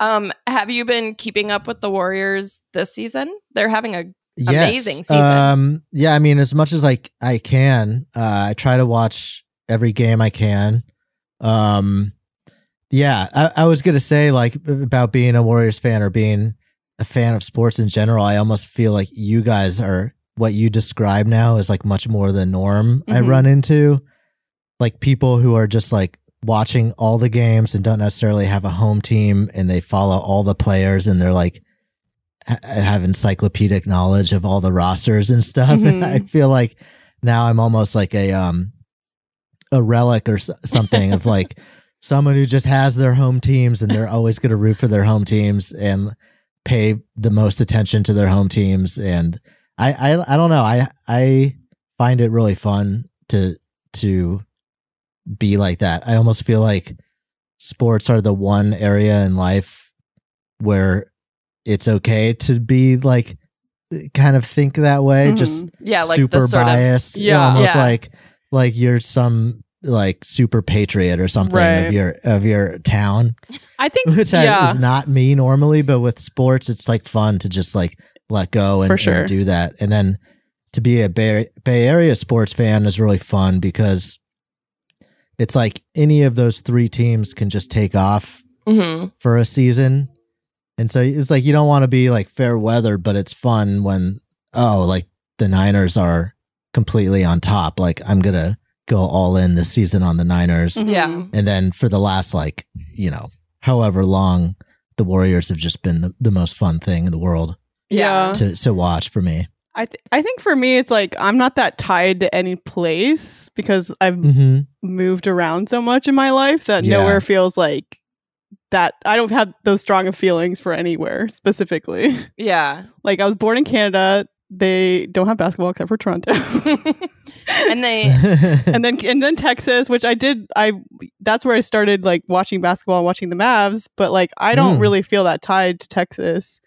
[SPEAKER 1] Um, have you been keeping up with the Warriors this season? They're having a
[SPEAKER 3] yes.
[SPEAKER 1] Amazing season.
[SPEAKER 3] Um, yeah, I mean, as much as I I can, uh, I try to watch every game I can. Um, yeah, I, I was gonna say like about being a Warriors fan or being a fan of sports in general. I almost feel like you guys are what you describe now is like much more the norm I
[SPEAKER 1] Mm-hmm.
[SPEAKER 2] Mhm.
[SPEAKER 3] run into, like people who are just like watching all the games and don't necessarily have a home team and they follow all the players and they're like ha- have encyclopedic knowledge of all the rosters and stuff.
[SPEAKER 2] Mhm.
[SPEAKER 3] I feel like now I'm almost like a um a relic or so- something of like someone who just has their home teams and they're always going to root for their home teams and pay the most attention to their home teams and I I I don't know. I I find it really fun to to be like that. I almost feel like sports are the one area in life where it's okay to be like kind of think that way
[SPEAKER 2] Mm-hmm.
[SPEAKER 3] just
[SPEAKER 1] yeah, like
[SPEAKER 3] super
[SPEAKER 1] the sort of
[SPEAKER 3] biased
[SPEAKER 2] Yeah.
[SPEAKER 3] almost
[SPEAKER 1] Yeah.
[SPEAKER 3] like like you're some like super patriot or something
[SPEAKER 2] Right.
[SPEAKER 3] of your of your town
[SPEAKER 2] I think
[SPEAKER 3] which I,
[SPEAKER 2] yeah.
[SPEAKER 3] is not me normally but with sports it's like fun to just like let go and,
[SPEAKER 2] For
[SPEAKER 3] and
[SPEAKER 2] sure.
[SPEAKER 3] do that and then to be a bay, bay area sports fan is really fun because it's like any of those three teams can just take off
[SPEAKER 1] Mhm.
[SPEAKER 3] for a season. And so it's like you don't want to be like fair weather, but it's fun when oh, like the Niners are completely on top. Like I'm going to go all in this season on the Niners.
[SPEAKER 2] Mhm.
[SPEAKER 1] yeah.
[SPEAKER 3] And then for the last like, you know, however long the Warriors have just been the, the most fun thing in the world
[SPEAKER 1] Yeah.
[SPEAKER 3] to, to watch for me.
[SPEAKER 2] I th- I think for me it's like I'm not that tied to any place because I've
[SPEAKER 3] hmm
[SPEAKER 2] moved around so much in my life that
[SPEAKER 3] Yeah.
[SPEAKER 2] nowhere feels like that I don't have those strong of feelings for anywhere specifically.
[SPEAKER 1] Yeah.
[SPEAKER 2] Like I was born in Canada, they don't have basketball except for Toronto.
[SPEAKER 1] and they
[SPEAKER 3] and
[SPEAKER 2] and then and then Texas, which I did I that's where I started like watching basketball and watching the Mavs, but like I don't
[SPEAKER 3] Mm. really
[SPEAKER 2] really feel that tied to Texas.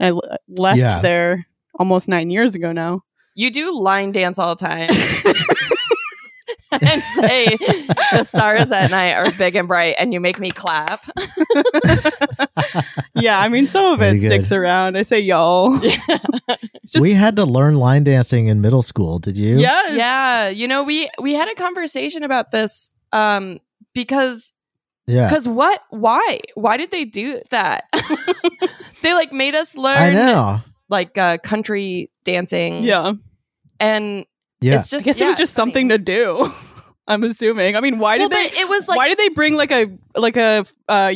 [SPEAKER 2] I left
[SPEAKER 3] Yeah.
[SPEAKER 2] there almost 9 years ago now.
[SPEAKER 1] You do line dance all the time. and say the stars at night are big and bright and you make me clap.
[SPEAKER 2] yeah, I mean, some of
[SPEAKER 3] Very
[SPEAKER 2] it sticks
[SPEAKER 3] good.
[SPEAKER 2] around. I say y'all. It's just,
[SPEAKER 3] we had to learn line dancing in middle school. Did you?
[SPEAKER 2] yes.
[SPEAKER 1] yeah, you know we we had a conversation about this um because
[SPEAKER 3] Yeah.
[SPEAKER 1] cuz what why? Why did they do that? they like made us
[SPEAKER 3] I
[SPEAKER 1] learn
[SPEAKER 3] know.
[SPEAKER 1] like uh country dancing
[SPEAKER 2] Yeah.
[SPEAKER 1] and
[SPEAKER 3] Yeah.
[SPEAKER 1] it's just
[SPEAKER 2] I guess it was just something to do. I'm assuming. I mean, why
[SPEAKER 1] well,
[SPEAKER 2] did they?
[SPEAKER 1] but it was like
[SPEAKER 2] why did they bring like a like a uh,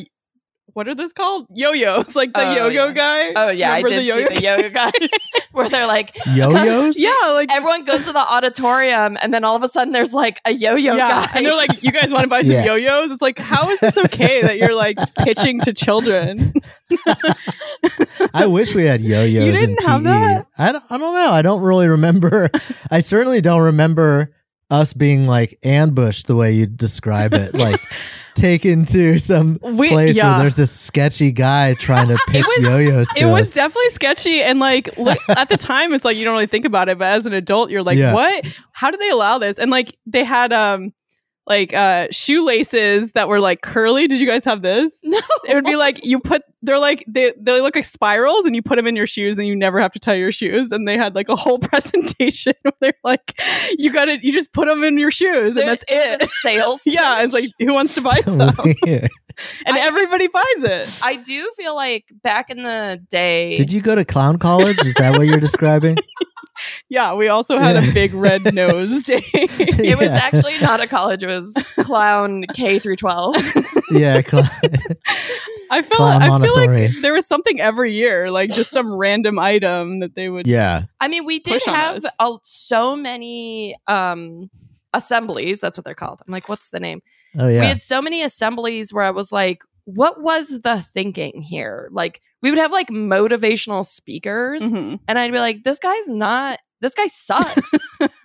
[SPEAKER 2] what are those called? Yo-yos, like the
[SPEAKER 1] Oh,
[SPEAKER 2] yo-yo
[SPEAKER 1] yeah.
[SPEAKER 2] guy.
[SPEAKER 1] Oh yeah, I
[SPEAKER 2] Remember
[SPEAKER 1] did see
[SPEAKER 2] yo-yo
[SPEAKER 1] the yoga guys where they're like
[SPEAKER 3] Yo-yos?
[SPEAKER 2] Yeah, like
[SPEAKER 1] everyone goes to the auditorium and then all of a sudden there's like a yo-yo
[SPEAKER 2] yeah,
[SPEAKER 1] guy.
[SPEAKER 2] and they're like, "You guys want to buy some
[SPEAKER 3] Yeah.
[SPEAKER 2] yo-yos?" It's like, how is this okay that you're like pitching to children?
[SPEAKER 3] I wish we had yo-yos.
[SPEAKER 2] You didn't
[SPEAKER 3] in
[SPEAKER 2] have
[SPEAKER 3] PE.
[SPEAKER 2] that?
[SPEAKER 3] I don't, I don't know. I don't really remember. I certainly don't remember us being like ambushed the way you describe it, like taken to some
[SPEAKER 2] We,
[SPEAKER 3] place
[SPEAKER 2] yeah,
[SPEAKER 3] where there's this sketchy guy trying to pitch
[SPEAKER 2] was-
[SPEAKER 3] yo-yos to
[SPEAKER 2] it was
[SPEAKER 3] us.
[SPEAKER 2] definitely sketchy and like look, at the time it's like you don't really think about it but as an adult you're like
[SPEAKER 3] Yeah.
[SPEAKER 2] what how do they allow this and like they had um like uh shoelaces that were like curly did you guys have this
[SPEAKER 1] No.
[SPEAKER 2] it would be like you put they're like they they look like spirals and you put them in your shoes and you never have to tie your shoes and they had like a whole presentation where they're like you gotta you just put them in your shoes
[SPEAKER 1] There
[SPEAKER 2] and that's
[SPEAKER 1] is
[SPEAKER 2] it
[SPEAKER 1] a sales.
[SPEAKER 2] yeah it's like
[SPEAKER 1] pitch.
[SPEAKER 2] who wants to buy some
[SPEAKER 3] Weird.
[SPEAKER 2] and
[SPEAKER 1] I-
[SPEAKER 2] everybody buys it
[SPEAKER 1] I do feel like back in the day.
[SPEAKER 3] Did you go to clown college? Is that what you're describing?
[SPEAKER 2] yeah we also had
[SPEAKER 3] Yeah.
[SPEAKER 2] a big red nose day
[SPEAKER 1] It was
[SPEAKER 3] Yeah.
[SPEAKER 1] actually not a college. It was clown K through twelve.
[SPEAKER 3] yeah, cl-
[SPEAKER 2] I feel
[SPEAKER 3] Clown
[SPEAKER 2] I feel like
[SPEAKER 3] Montessori.
[SPEAKER 2] there was something every year, like just some random item that they would.
[SPEAKER 3] yeah.
[SPEAKER 1] I mean, we did
[SPEAKER 2] Push on
[SPEAKER 1] have
[SPEAKER 2] us.
[SPEAKER 1] a, so many um, assemblies. That's what they're called. I'm like, what's the name?
[SPEAKER 3] Oh yeah.
[SPEAKER 1] We had so many assemblies where I was like, what was the thinking here? Like, we would have like motivational speakers,
[SPEAKER 3] Mm-hmm.
[SPEAKER 2] Mhm.
[SPEAKER 1] and I'd be like, this guy's not. This guy sucks.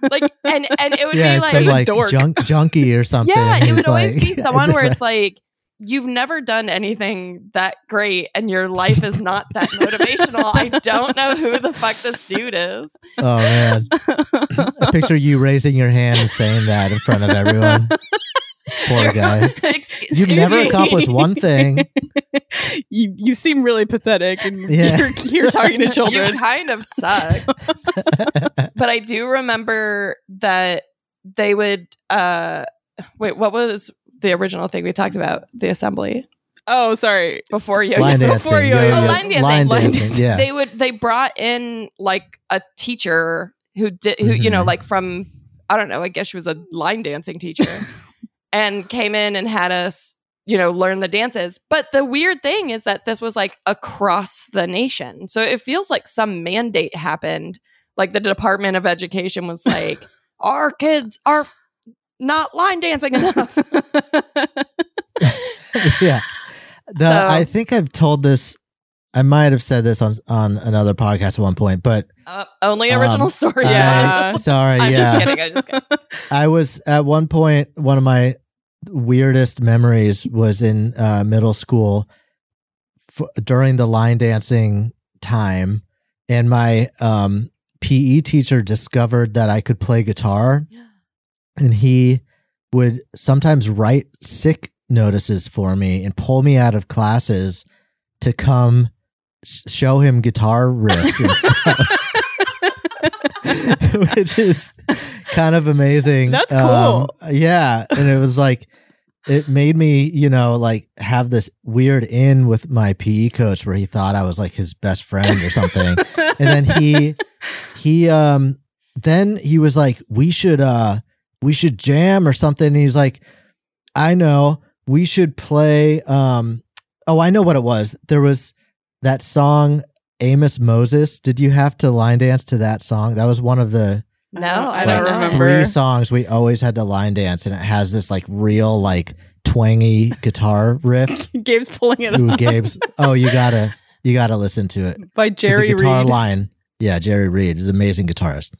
[SPEAKER 1] like, and and it would
[SPEAKER 3] yeah,
[SPEAKER 1] be
[SPEAKER 3] it's
[SPEAKER 1] like,
[SPEAKER 2] a
[SPEAKER 3] like,
[SPEAKER 2] dork.
[SPEAKER 3] junk junkie or something.
[SPEAKER 1] yeah, it
[SPEAKER 3] It's
[SPEAKER 1] would always
[SPEAKER 3] like-
[SPEAKER 1] be someone
[SPEAKER 3] just
[SPEAKER 1] where
[SPEAKER 3] like-
[SPEAKER 1] it's like. You've never done anything that great, and your life is not that motivational. I don't know who the fuck this dude is.
[SPEAKER 3] Oh man. I picture you raising your hand and saying that in front of everyone. This poor guy.
[SPEAKER 1] Excuse
[SPEAKER 3] You've never
[SPEAKER 1] me.
[SPEAKER 3] accomplished one thing.
[SPEAKER 2] you you seem really pathetic, and
[SPEAKER 3] Yeah.
[SPEAKER 2] you're, you're talking to
[SPEAKER 1] You
[SPEAKER 2] children.
[SPEAKER 1] kind of suck. but I do remember that they would uh wait, what was the original thing we talked about? The assembly
[SPEAKER 2] oh, sorry.
[SPEAKER 1] before yo
[SPEAKER 3] Line
[SPEAKER 2] Before
[SPEAKER 3] dancing.
[SPEAKER 2] you-
[SPEAKER 3] yo-yo,
[SPEAKER 2] Oh,
[SPEAKER 1] line dancing,
[SPEAKER 3] Line
[SPEAKER 2] line
[SPEAKER 3] dancing.
[SPEAKER 2] dancing.
[SPEAKER 3] Yeah.
[SPEAKER 1] They would they brought in like a teacher who did who you know
[SPEAKER 3] Mhm.
[SPEAKER 1] like from I don't know, I guess she was a line dancing teacher and came in and had us you know learn the dances but the weird thing is that this was like across the nation so it feels like some mandate happened like the department of education was like our kids are not line dancing enough
[SPEAKER 3] yeah. The,
[SPEAKER 1] So-
[SPEAKER 3] I think I've told this. I might have said this on on another podcast at one point, but
[SPEAKER 1] uh, only
[SPEAKER 3] Um,
[SPEAKER 1] original stories
[SPEAKER 2] Yeah.
[SPEAKER 1] I'm
[SPEAKER 3] I, sorry,
[SPEAKER 1] just
[SPEAKER 3] yeah,
[SPEAKER 1] kidding I'm just kidding
[SPEAKER 3] I was at one point. One of my weirdest memories was in uh, middle school f- during the line dancing time, and my um, PE teacher discovered that I could play guitar and he would sometimes write sick notices for me and pull me out of classes to come s- show him guitar riffs and stuff. which is kind of amazing
[SPEAKER 2] That's
[SPEAKER 3] Um, yeah and it was like it made me you know like have this weird in with my pe coach where he thought i was like his best friend or something and then he he um then he was like we should uh we should jam or something and he's like i know we should play um oh i know what it was there was that song amos moses did you have to line dance to that song that was one of the
[SPEAKER 1] no I
[SPEAKER 3] like,
[SPEAKER 1] don't remember
[SPEAKER 3] three
[SPEAKER 2] remember.
[SPEAKER 3] songs we always had to line dance and it has this like real like twangy guitar riff
[SPEAKER 2] Gabe's pulling it
[SPEAKER 3] ooh
[SPEAKER 2] up
[SPEAKER 3] gabe's oh you gotta you gotta listen to it
[SPEAKER 2] by
[SPEAKER 3] 'Cause
[SPEAKER 2] Jerry
[SPEAKER 3] the guitar
[SPEAKER 2] Reed.
[SPEAKER 3] line. Yeah, Jerry Reed is an amazing guitarist.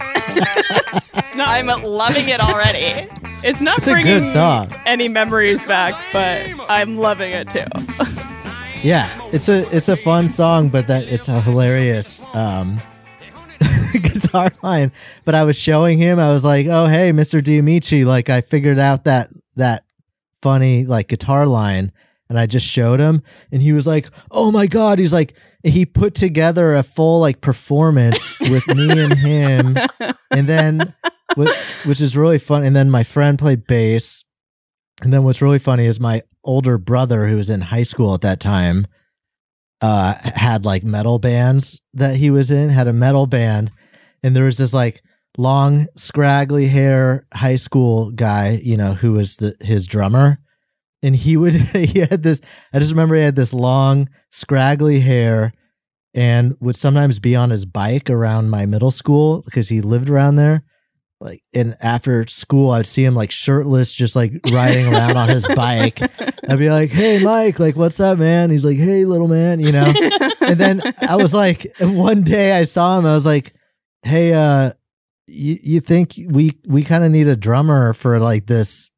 [SPEAKER 2] It's not,
[SPEAKER 1] I'm loving it already
[SPEAKER 2] it's not
[SPEAKER 3] It's a
[SPEAKER 2] bringing
[SPEAKER 3] good song.
[SPEAKER 2] any memories back, but I'm loving it too.
[SPEAKER 3] Yeah, it's a it's a fun song, but that it's a hilarious um, guitar line. But I was showing him, I was like, "Oh, hey, Mr. Diamici, like I figured out that that funny like guitar line," and I just showed him, and he was like, "Oh my god!" He's like, he put together a full like performance with me and him, and then wh- which is really fun. And then my friend played bass, and then what's really funny is my older brother, who was in high school at that time, uh, had like metal bands that he was in, had a metal band, and there was this like long scraggly hair high school guy you know who was the his drummer and he would he had this i just remember he had this long scraggly hair and would sometimes be on his bike around my middle school because he lived around there like and after school i'd see him like shirtless just like riding around on his bike i'd be like hey mike like what's up man he's like hey little man you know Um, and then I was like, one day I saw him. I was like, "Hey, uh, you, you think we we kind of need a drummer for like this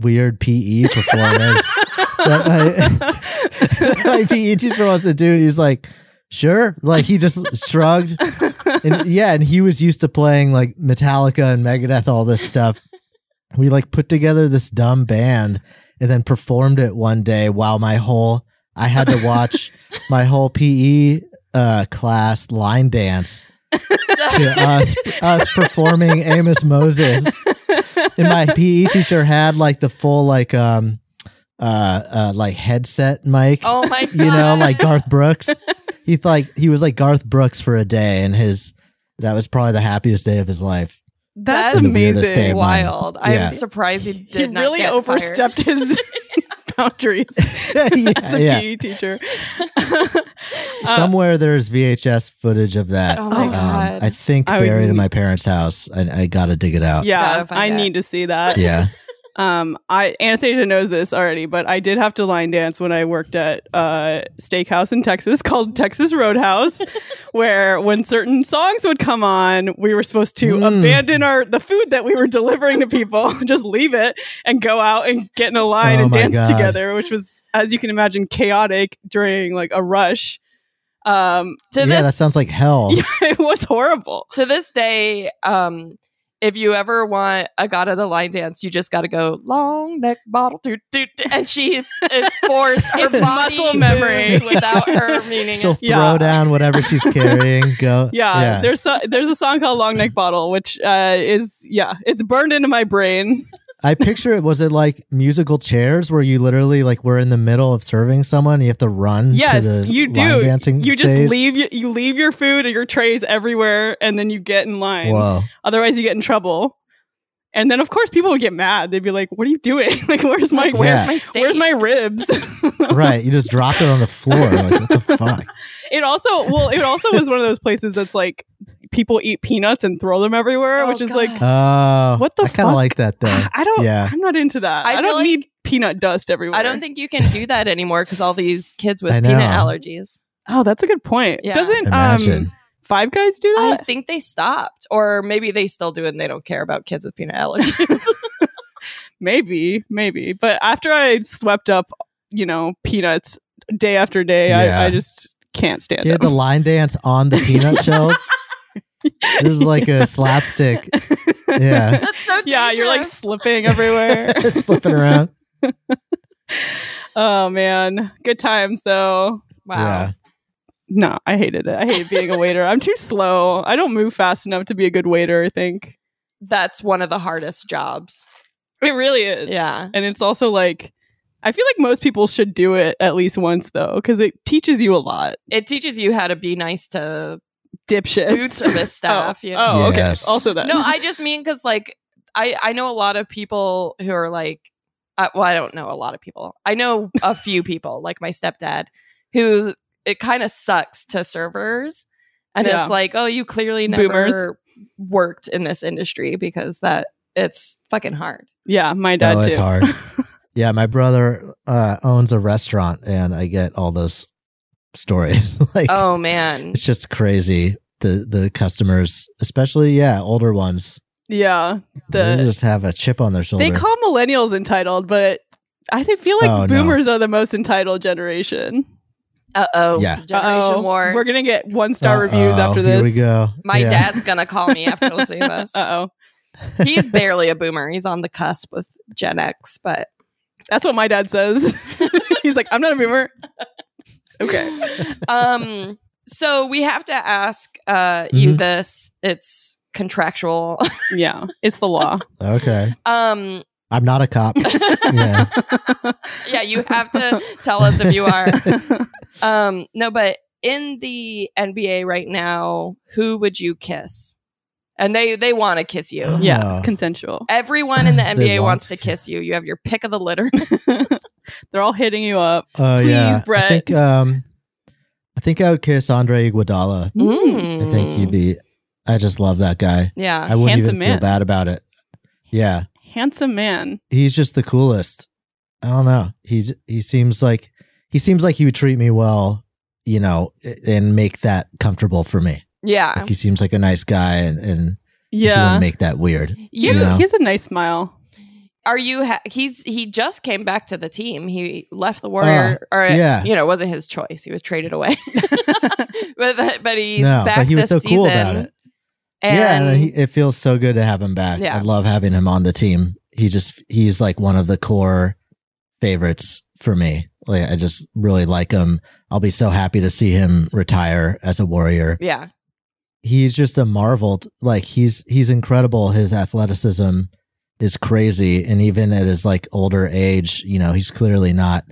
[SPEAKER 3] weird PE performance that my, my PE teacher wants to do?" And he's like, "Sure." Like he just shrugged. And yeah, and he was used to playing like Metallica and Megadeth, all this stuff. We like put together this dumb band and then performed it one day while my whole I had to watch my whole PE uh, class line dance to us us performing Amos Moses. And my PE teacher had like the full like um uh, uh like headset mic.
[SPEAKER 1] Oh my god.
[SPEAKER 3] you know, like Garth Brooks. He th- like he was like Garth Brooks for a day and his that was probably the happiest day of his life.
[SPEAKER 2] That's,
[SPEAKER 1] That's
[SPEAKER 3] amazing.
[SPEAKER 2] amazing.
[SPEAKER 1] wild.
[SPEAKER 3] Yeah.
[SPEAKER 1] I'm surprised he did
[SPEAKER 2] He
[SPEAKER 1] not
[SPEAKER 2] really
[SPEAKER 1] get fired.
[SPEAKER 2] overstepped his boundaries
[SPEAKER 3] yeah,
[SPEAKER 2] as a
[SPEAKER 3] Uh, yeah.
[SPEAKER 2] PE teacher. Uh, Um,
[SPEAKER 3] Somewhere there's VHS footage of that. um,
[SPEAKER 1] Oh my God.
[SPEAKER 3] I think
[SPEAKER 2] I would
[SPEAKER 3] buried in
[SPEAKER 2] need-
[SPEAKER 3] my parents' house. I, I gotta dig it out.
[SPEAKER 1] Gotta
[SPEAKER 2] yeah,
[SPEAKER 1] find
[SPEAKER 2] I
[SPEAKER 1] out.
[SPEAKER 2] need to see that.
[SPEAKER 3] yeah.
[SPEAKER 2] Um, I Anastasia knows this already, but I did have to line dance when I worked at a steakhouse in Texas called Texas Roadhouse, where when certain songs would come on, we were supposed to
[SPEAKER 3] Mm.
[SPEAKER 2] abandon our the food that we were delivering to people, just leave it, and go out and get in a line
[SPEAKER 3] Oh
[SPEAKER 2] and
[SPEAKER 3] my
[SPEAKER 2] dance
[SPEAKER 3] God.
[SPEAKER 2] together, which was, as you can imagine, chaotic during like a rush. Um,
[SPEAKER 1] To
[SPEAKER 3] yeah, that
[SPEAKER 1] this
[SPEAKER 3] sounds like hell.
[SPEAKER 2] yeah, it was horrible.
[SPEAKER 1] to this day, um, if you ever want a god at a line dance, you just got to go long neck bottle toot toot, toot," and she is forced. Her
[SPEAKER 2] It's
[SPEAKER 1] body
[SPEAKER 2] muscle memory.
[SPEAKER 1] moves without her meaning.
[SPEAKER 3] She'll
[SPEAKER 1] it.
[SPEAKER 3] throw
[SPEAKER 2] Yeah.
[SPEAKER 3] down whatever she's carrying. Go.
[SPEAKER 2] yeah, there's a, there's a song called Long Neck Bottle, which uh, is yeah, it's burned into my brain.
[SPEAKER 3] I picture it. Was it like musical chairs where you literally like were in the middle of serving someone? And you have to run.
[SPEAKER 2] Yes,
[SPEAKER 3] to the
[SPEAKER 2] you
[SPEAKER 3] line
[SPEAKER 2] do.
[SPEAKER 3] Dancing.
[SPEAKER 2] You just
[SPEAKER 3] stage?
[SPEAKER 2] leave y- you leave your food and your trays everywhere, and then you get in line.
[SPEAKER 3] Whoa.
[SPEAKER 2] Otherwise, you get in trouble. And then, of course, people would get mad. They'd be like, "What are you doing? like, where's my
[SPEAKER 1] Like, where's
[SPEAKER 3] Yeah.
[SPEAKER 1] my stage?
[SPEAKER 2] where's my ribs?"
[SPEAKER 3] Right. You just dropped it on the floor. Like, what the fuck?
[SPEAKER 2] it also well, it also was one of those places that's like people eat peanuts and throw them everywhere,
[SPEAKER 1] Oh,
[SPEAKER 2] which is like
[SPEAKER 1] God.
[SPEAKER 3] Oh.
[SPEAKER 2] What the
[SPEAKER 3] I kind of
[SPEAKER 2] fuck?
[SPEAKER 3] like that though.
[SPEAKER 2] I don't.
[SPEAKER 3] Yeah.
[SPEAKER 2] I'm not into that.
[SPEAKER 1] I
[SPEAKER 2] I,
[SPEAKER 1] feel
[SPEAKER 2] don't
[SPEAKER 1] like-
[SPEAKER 2] need peanut dust everywhere.
[SPEAKER 1] I don't think you can do that anymore because all these kids with
[SPEAKER 3] I
[SPEAKER 1] peanut
[SPEAKER 3] know.
[SPEAKER 1] allergies.
[SPEAKER 2] Oh, that's a good point.
[SPEAKER 1] Yeah.
[SPEAKER 2] Doesn't
[SPEAKER 3] Imagine.
[SPEAKER 2] um Five Guys do
[SPEAKER 1] I
[SPEAKER 2] that?
[SPEAKER 1] think they stopped, or maybe they still do, and they don't care about kids with peanut allergies.
[SPEAKER 2] maybe, maybe. But after I swept up, you know, peanuts day after day,
[SPEAKER 3] Yeah.
[SPEAKER 2] I, I just can't stand
[SPEAKER 3] she had
[SPEAKER 2] it.
[SPEAKER 3] the line dance on the peanut shells. This is like a slapstick. Yeah.
[SPEAKER 1] That's so
[SPEAKER 2] yeah, you're like
[SPEAKER 1] dangerous.
[SPEAKER 2] slipping everywhere.
[SPEAKER 3] Slipping around.
[SPEAKER 2] oh man, good times though.
[SPEAKER 1] wow.
[SPEAKER 3] Yeah.
[SPEAKER 2] No, I hated it. I hated being a waiter. I'm too slow. I don't move fast enough to be a good waiter. I think
[SPEAKER 1] That's one of the hardest jobs.
[SPEAKER 2] it really is.
[SPEAKER 1] Yeah.
[SPEAKER 2] and it's also like. I feel like most people should do it at least once though, because it teaches you a lot.
[SPEAKER 1] It teaches you how to be nice to
[SPEAKER 2] Dipshits.
[SPEAKER 1] food service staff. you know?
[SPEAKER 2] Oh, okay.
[SPEAKER 3] Yes.
[SPEAKER 2] Also that.
[SPEAKER 1] no, I just mean because like I I know a lot of people who are like, uh, well, I don't know a lot of people. I know a few people, like my stepdad, who it kind of sucks to servers, and
[SPEAKER 2] Yeah.
[SPEAKER 1] it's like, oh, you clearly never
[SPEAKER 2] Boomers.
[SPEAKER 1] worked in this industry because that it's fucking hard.
[SPEAKER 2] yeah, my dad
[SPEAKER 3] No,
[SPEAKER 2] too.
[SPEAKER 3] it's hard. yeah, my brother uh, owns a restaurant, and I get all those stories. like,
[SPEAKER 1] Oh man,
[SPEAKER 3] it's just crazy. The the customers, especially yeah, older ones,
[SPEAKER 2] Yeah,
[SPEAKER 3] they
[SPEAKER 2] the
[SPEAKER 3] just have a chip on their shoulder.
[SPEAKER 2] they call millennials entitled, but I think feel like
[SPEAKER 3] Oh, no.
[SPEAKER 2] boomers are the most entitled generation.
[SPEAKER 1] uh oh,
[SPEAKER 3] Yeah.
[SPEAKER 1] generation
[SPEAKER 2] Uh-oh.
[SPEAKER 1] wars.
[SPEAKER 2] We're gonna get one star reviews
[SPEAKER 3] Uh-oh,
[SPEAKER 2] after this.
[SPEAKER 3] Here we go.
[SPEAKER 1] My
[SPEAKER 3] Yeah.
[SPEAKER 1] dad's gonna call me after listening to this.
[SPEAKER 2] Uh oh,
[SPEAKER 1] He's barely a boomer. He's on the cusp with Gen X, but
[SPEAKER 2] that's what my dad says. He's like, I'm not a boomer. Okay.
[SPEAKER 1] um so we have to ask uh
[SPEAKER 3] Mm-hmm.
[SPEAKER 1] you this it's contractual
[SPEAKER 2] Yeah, it's the law.
[SPEAKER 3] Okay,
[SPEAKER 1] um
[SPEAKER 3] I'm not a cop. yeah,
[SPEAKER 1] yeah you have to tell us if you are um no but in the nba right now who would you kiss and they they want to kiss you.
[SPEAKER 2] Yeah,
[SPEAKER 3] Oh.
[SPEAKER 2] it's consensual.
[SPEAKER 1] Everyone in the
[SPEAKER 3] They
[SPEAKER 1] NBA
[SPEAKER 3] want
[SPEAKER 1] wants to kiss you. You have your pick of the litter.
[SPEAKER 2] They're all hitting you up.
[SPEAKER 3] Oh
[SPEAKER 2] Please,
[SPEAKER 3] yeah, I
[SPEAKER 2] Brett.
[SPEAKER 3] think um, I think I would kiss Andre Iguodala.
[SPEAKER 2] Mm. Uh,
[SPEAKER 3] I think he'd be. I just love that guy.
[SPEAKER 1] Yeah.
[SPEAKER 3] I wouldn't
[SPEAKER 2] Handsome
[SPEAKER 3] even
[SPEAKER 2] man.
[SPEAKER 3] feel bad about it. Yeah,
[SPEAKER 2] Handsome man.
[SPEAKER 3] he's just the coolest. I don't know. He's he seems like he seems like he would treat me well, you know, and make that comfortable for me.
[SPEAKER 1] Yeah.
[SPEAKER 3] Like he seems like a nice guy, and and he
[SPEAKER 2] Yeah.
[SPEAKER 3] wouldn't make that weird.
[SPEAKER 2] He
[SPEAKER 1] You
[SPEAKER 2] has,
[SPEAKER 3] Yeah.
[SPEAKER 2] he has a nice smile.
[SPEAKER 1] are you ha- he's he just came back to the team. He left the Warrior or
[SPEAKER 3] Uh, yeah.
[SPEAKER 1] you know, it wasn't his choice. He was traded away. but but he's
[SPEAKER 3] no,
[SPEAKER 1] back
[SPEAKER 3] but he
[SPEAKER 1] this
[SPEAKER 3] was so
[SPEAKER 1] season.
[SPEAKER 3] cool about it.
[SPEAKER 1] And
[SPEAKER 3] yeah, and he, it feels so good to have him back.
[SPEAKER 1] Yeah.
[SPEAKER 3] I love having him on the team. He just he's like one of the core favorites for me. Like I just really like him. I'll be so happy to see him retire as a warrior.
[SPEAKER 1] yeah.
[SPEAKER 3] He's just a marvel. t- Like he's he's incredible. His athleticism is crazy and even at his like older age, you know, he's clearly not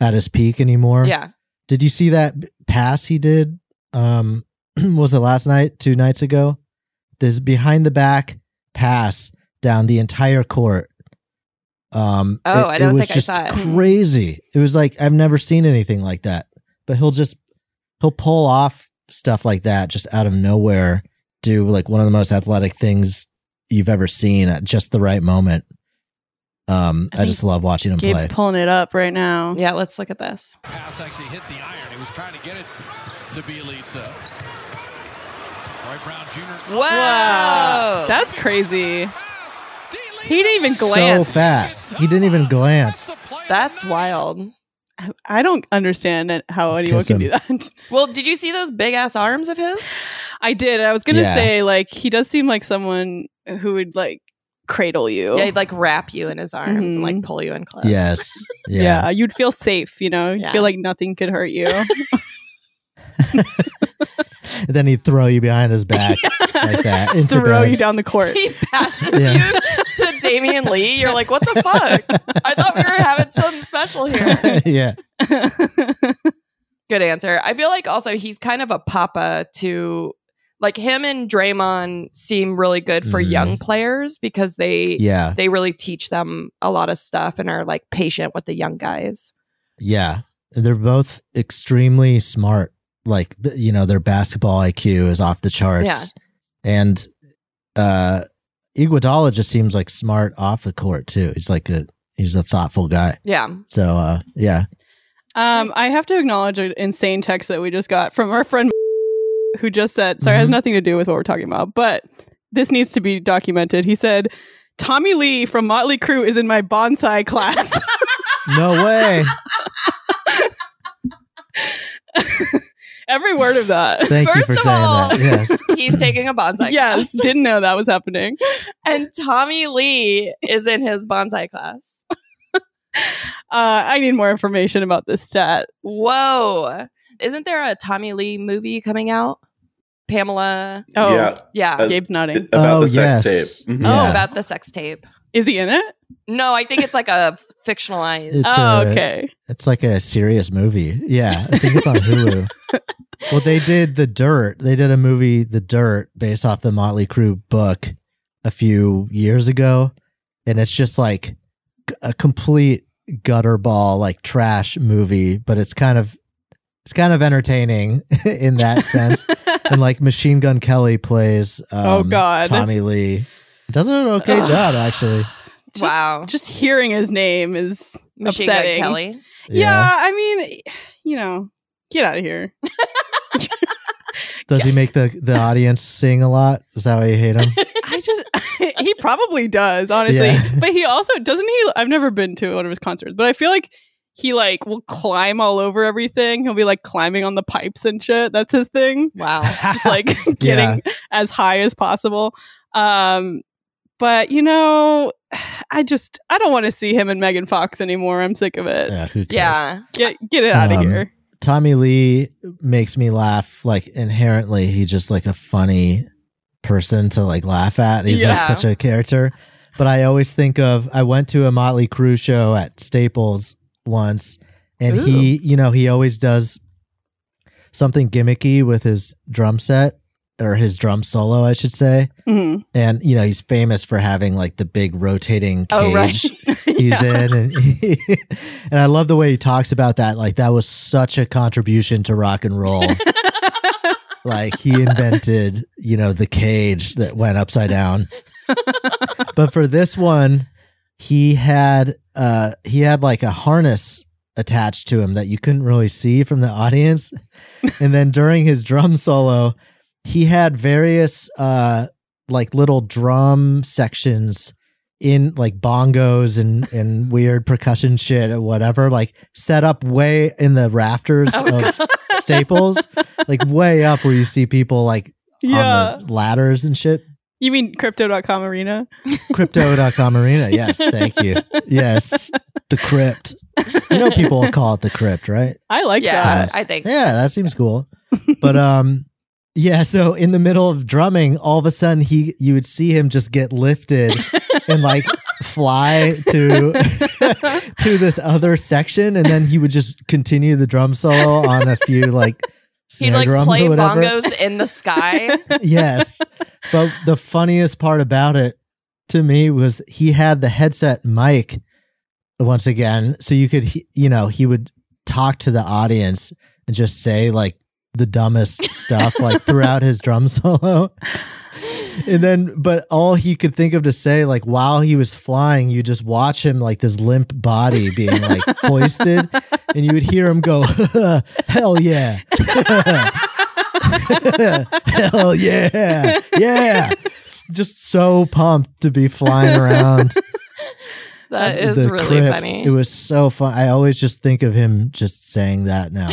[SPEAKER 3] at his peak anymore.
[SPEAKER 1] Yeah.
[SPEAKER 3] Did you see that pass he did? Um, was it last night, two nights ago? This behind the back pass down the entire court. Um,
[SPEAKER 1] Oh, I don't
[SPEAKER 3] was
[SPEAKER 1] think I
[SPEAKER 3] just
[SPEAKER 1] saw it.
[SPEAKER 3] Crazy. It was like I've never seen anything like that. But he'll just he'll pull off stuff like that just out of nowhere. Do like one of the most athletic things you've ever seen at just the right moment. Um,
[SPEAKER 2] I
[SPEAKER 3] I, just love watching him
[SPEAKER 2] Gabe's
[SPEAKER 3] play.
[SPEAKER 2] pulling it up right now.
[SPEAKER 1] Yeah, let's look at this.
[SPEAKER 5] Pass actually hit the iron. He was trying to get it to Bielitsa. Roy Brown Jr.
[SPEAKER 1] Whoa.
[SPEAKER 2] Wow. That's crazy. He didn't even glance.
[SPEAKER 3] So fast. He didn't even glance.
[SPEAKER 1] That's wild.
[SPEAKER 2] I- I don't understand it- how anyone
[SPEAKER 3] Kiss
[SPEAKER 2] can
[SPEAKER 3] him.
[SPEAKER 2] do that.
[SPEAKER 1] Well, did you see those big ass arms of his?
[SPEAKER 2] I did. I was gonna
[SPEAKER 3] Yeah.
[SPEAKER 2] say like he does seem like someone who would like cradle you.
[SPEAKER 1] Yeah, he'd like wrap you in his arms and like
[SPEAKER 2] Mhm.
[SPEAKER 1] pull you in close.
[SPEAKER 3] Yes.
[SPEAKER 2] Yeah,
[SPEAKER 3] yeah.
[SPEAKER 2] you'd feel safe. You know, you
[SPEAKER 1] Yeah.
[SPEAKER 2] feel like nothing could hurt you.
[SPEAKER 3] And then he'd throw you behind his back like that into
[SPEAKER 2] Throw
[SPEAKER 3] bed.
[SPEAKER 2] you down the court.
[SPEAKER 1] He passes
[SPEAKER 3] Yeah.
[SPEAKER 1] you to Damian Lee. You're like, what the fuck? I thought we were having something special here.
[SPEAKER 3] yeah.
[SPEAKER 1] Good answer. I feel like also he's kind of a papa to like him and Draymond seem really good for
[SPEAKER 3] Mhm.
[SPEAKER 1] young players because they
[SPEAKER 3] Yeah.
[SPEAKER 1] they really teach them a lot of stuff and are like patient with the young guys.
[SPEAKER 3] Yeah. They're both extremely smart. Like, b- you know, their basketball IQ is off the charts.
[SPEAKER 1] Yeah.
[SPEAKER 3] And uh Iguodala just seems like smart off the court too. He's like a he's a thoughtful guy.
[SPEAKER 1] Yeah.
[SPEAKER 3] So uh yeah.
[SPEAKER 2] Um, I have to acknowledge an insane text that we just got from our friend who just said, sorry, it has
[SPEAKER 3] Mhm.
[SPEAKER 2] nothing to do with what we're talking about, but this needs to be documented. He said, Tommy Lee from Motley Crue is in my bonsai class.
[SPEAKER 3] No way.
[SPEAKER 2] Every word of that.
[SPEAKER 3] Thank
[SPEAKER 1] First
[SPEAKER 3] you for
[SPEAKER 1] of
[SPEAKER 3] saying
[SPEAKER 1] all-
[SPEAKER 3] that. Yes.
[SPEAKER 1] He's taking a bonsai
[SPEAKER 2] yes, didn't know that was happening.
[SPEAKER 1] And Tommy Lee is in his bonsai class.
[SPEAKER 2] Uh, I need more information about this stat.
[SPEAKER 1] Whoa. Isn't there a Tommy Lee movie coming out? Pamela.
[SPEAKER 2] Oh,
[SPEAKER 4] Yeah,
[SPEAKER 1] Yeah.
[SPEAKER 4] Uh,
[SPEAKER 2] Gabe's nodding.
[SPEAKER 4] about
[SPEAKER 3] oh
[SPEAKER 4] the sex
[SPEAKER 3] yes.
[SPEAKER 4] tape. Mhm.
[SPEAKER 3] Yeah.
[SPEAKER 1] Oh, about the sex tape.
[SPEAKER 2] Is he in it?
[SPEAKER 1] No, I think it's like a fictionalized.
[SPEAKER 3] It's-
[SPEAKER 2] oh,
[SPEAKER 3] a-
[SPEAKER 2] okay.
[SPEAKER 3] It's like a serious movie. Yeah, I think it's on Hulu. well, they did The Dirt. They did a movie, The Dirt, based off the Motley Crue book a few years ago, and it's just like a complete gutterball, like trash movie. But it's kind of it's kind of entertaining in that sense. and like Machine Gun Kelly plays um,
[SPEAKER 2] Oh, God.
[SPEAKER 3] Tommy Lee does an okay
[SPEAKER 2] Ugh.
[SPEAKER 3] job actually.
[SPEAKER 2] Just-
[SPEAKER 1] wow.
[SPEAKER 2] Just hearing his name is.
[SPEAKER 1] Machine Gun
[SPEAKER 2] upsetting.
[SPEAKER 1] Kelly.
[SPEAKER 2] Yeah. I mean, you know, get out of here.
[SPEAKER 3] Does he make the the audience sing a lot? Is that why you hate him?
[SPEAKER 2] I just he probably does, honestly.
[SPEAKER 3] Yeah.
[SPEAKER 2] But he also doesn't he I've never been to one of his concerts, but I feel like he like will climb all over everything. He'll be like climbing on the pipes and shit. That's his thing.
[SPEAKER 1] Wow.
[SPEAKER 2] Just like getting as high as possible. Um but you know, I just I don't want to see him and Megan Fox anymore. I'm sick of it.
[SPEAKER 3] yeah, who cares?
[SPEAKER 1] Yeah.
[SPEAKER 2] Get get it out of
[SPEAKER 3] Um,
[SPEAKER 2] here.
[SPEAKER 3] Tommy Lee makes me laugh. Like inherently, he's just like a funny person to like laugh at. He's like
[SPEAKER 1] Yeah.
[SPEAKER 3] such a character. But I always think of I went to a Motley Crue show at Staples once, and he, you know, he always does something gimmicky with his drum set, or his drum solo, I should say.
[SPEAKER 2] Mhm.
[SPEAKER 3] And you know, he's famous for having like the big rotating cage
[SPEAKER 1] Oh, right.
[SPEAKER 3] he's in, and, and I love the way he talks about that. Like that was such a contribution to rock and roll. like he invented, you know, the cage that went upside down. but for this one, he had uh he had like a harness attached to him that you couldn't really see from the audience. and then during his drum solo, he had various uh like little drum sections in like bongos and and weird percussion shit or whatever like set up way in the rafters
[SPEAKER 1] Oh,
[SPEAKER 3] of staples like way up where you see people like
[SPEAKER 2] Yeah.
[SPEAKER 3] on the ladders and shit
[SPEAKER 2] You mean crypto.com arena?
[SPEAKER 3] crypto.com arena yes thank you yes the crypt you know people call it the crypt right
[SPEAKER 2] I like
[SPEAKER 1] yeah,
[SPEAKER 2] that.
[SPEAKER 1] Uh, I think.
[SPEAKER 3] yeah, that seems cool. But um yeah, so in the middle of drumming, all of a sudden he you would see him just get lifted and like fly to to this other section and then he would just continue the drum solo on a few like
[SPEAKER 1] He'd
[SPEAKER 3] snare
[SPEAKER 1] like
[SPEAKER 3] drums
[SPEAKER 1] play
[SPEAKER 3] or whatever.
[SPEAKER 1] bongos in the sky.
[SPEAKER 3] Yes. But the funniest part about it to me was he had the headset mic once again. So you could, he- you know, he would talk to the audience and just say like the dumbest stuff like throughout his drum solo. And then, but all he could think of to say, like while he was flying, you just watch him like this limp body being like hoisted, and you would hear him go, "Hell yeah, hell yeah, yeah!" Just so pumped to be flying around.
[SPEAKER 1] That
[SPEAKER 3] the
[SPEAKER 1] is really
[SPEAKER 3] crypt.
[SPEAKER 1] funny.
[SPEAKER 3] It was so fun. I always just think of him just saying that now.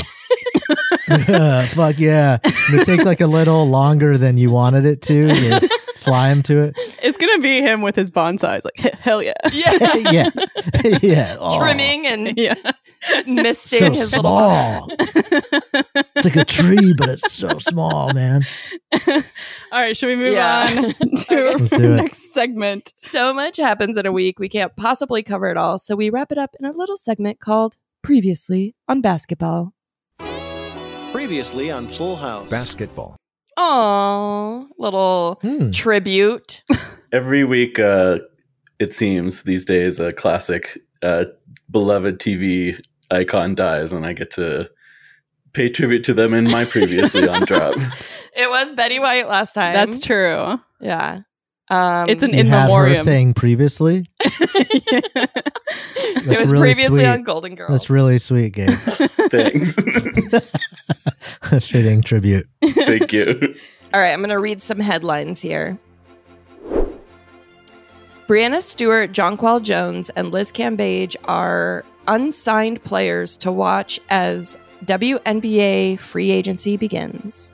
[SPEAKER 3] Fuck yeah! And It takes like a little longer than you wanted it to. You fly him to it.
[SPEAKER 2] it's going to be him with his bonsais. Like, hell yeah.
[SPEAKER 1] yeah.
[SPEAKER 3] yeah, yeah. Oh,
[SPEAKER 1] Trimming and
[SPEAKER 2] Yeah.
[SPEAKER 1] misting
[SPEAKER 3] so
[SPEAKER 1] his little
[SPEAKER 3] small. it's like a tree, but it's so small, man.
[SPEAKER 2] All right, should we move
[SPEAKER 1] Yeah.
[SPEAKER 2] on to
[SPEAKER 3] Let's
[SPEAKER 2] our
[SPEAKER 3] do it.
[SPEAKER 2] next segment?
[SPEAKER 1] So much happens in a week. We can't possibly cover it all. So we wrap it up in a little segment called Previously on Basketball.
[SPEAKER 6] Previously on Full House.
[SPEAKER 7] Basketball.
[SPEAKER 1] Aww, little
[SPEAKER 3] Hmm.
[SPEAKER 1] tribute.
[SPEAKER 4] Every week, uh, it seems these days, a classic uh, beloved TV icon dies, and I get to pay tribute to them in my previously on drop.
[SPEAKER 1] It was Betty White last time.
[SPEAKER 2] That's true.
[SPEAKER 1] Yeah. Um,
[SPEAKER 2] It's an
[SPEAKER 3] You
[SPEAKER 2] in
[SPEAKER 3] had her
[SPEAKER 2] memoriam.
[SPEAKER 3] saying previously.
[SPEAKER 1] it
[SPEAKER 3] That's
[SPEAKER 1] was
[SPEAKER 3] really
[SPEAKER 1] previously
[SPEAKER 3] sweet.
[SPEAKER 1] on Golden Girls.
[SPEAKER 3] That's really sweet, Gabe.
[SPEAKER 4] Thanks.
[SPEAKER 3] Fitting tribute.
[SPEAKER 4] Thank you.
[SPEAKER 1] All right, I'm going to read some headlines here. Brianna Stewart, Jonquil Jones, and Liz Cambage are unsigned players to watch as WNBA free agency begins.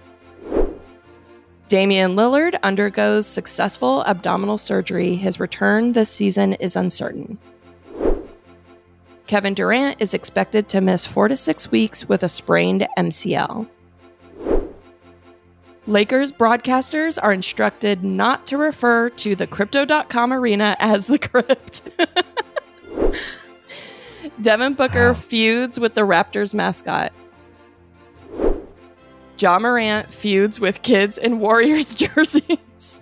[SPEAKER 1] Damian Lillard undergoes successful abdominal surgery. His return this season is uncertain. Kevin Durant is expected to miss four to six weeks with a sprained MCL. Lakers broadcasters are instructed not to refer to the crypto.com arena as the crypt. Devin Booker
[SPEAKER 3] Wow.
[SPEAKER 1] feuds with the Raptors mascot. John Morant feuds with kids in Warriors jerseys.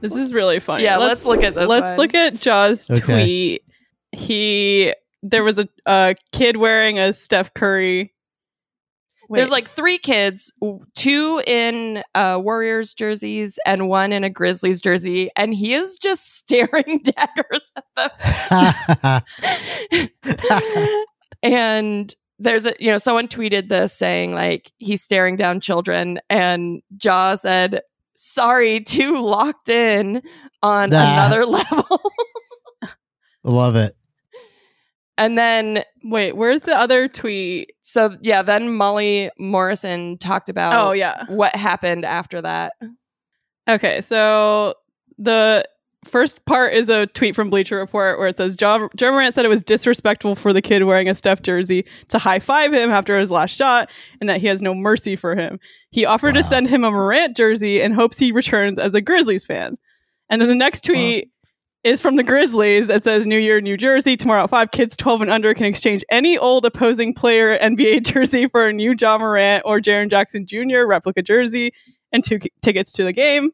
[SPEAKER 2] this is really funny.
[SPEAKER 1] yeah, let's, look at this.
[SPEAKER 2] let's
[SPEAKER 1] one.
[SPEAKER 2] look at Jaws'
[SPEAKER 3] Okay.
[SPEAKER 2] tweet. He there was a, a kid wearing a Steph Curry.
[SPEAKER 1] There's
[SPEAKER 2] Wait.
[SPEAKER 1] like three kids, w- two in uh, Warriors jerseys and one in a Grizzlies jersey, and he is just staring daggers at them. and there's a you know someone tweeted this saying like he's staring down children and jaw said sorry too locked in on
[SPEAKER 3] Nah.
[SPEAKER 1] another level
[SPEAKER 3] Love it.
[SPEAKER 1] and then
[SPEAKER 2] wait, where's the other tweet?
[SPEAKER 1] so yeah then molly morrison talked about
[SPEAKER 2] Oh yeah.
[SPEAKER 1] what happened after that
[SPEAKER 2] Okay, so the first part is a tweet from Bleacher Report where it says John, John Morant said it was disrespectful for the kid wearing a Steph jersey to high five him after his last shot, and that he has no mercy for him. He offered to
[SPEAKER 3] Wow.
[SPEAKER 2] send him a Morant jersey and hopes he returns as a Grizzlies fan. And then the next tweet. Is from the Grizzlies. It says New Year, New Jersey. Tomorrow at 5, kids 12 and under can exchange any old opposing player NBA jersey for a new John Morant or Jaren Jackson Jr. replica jersey and two k- tickets to the game.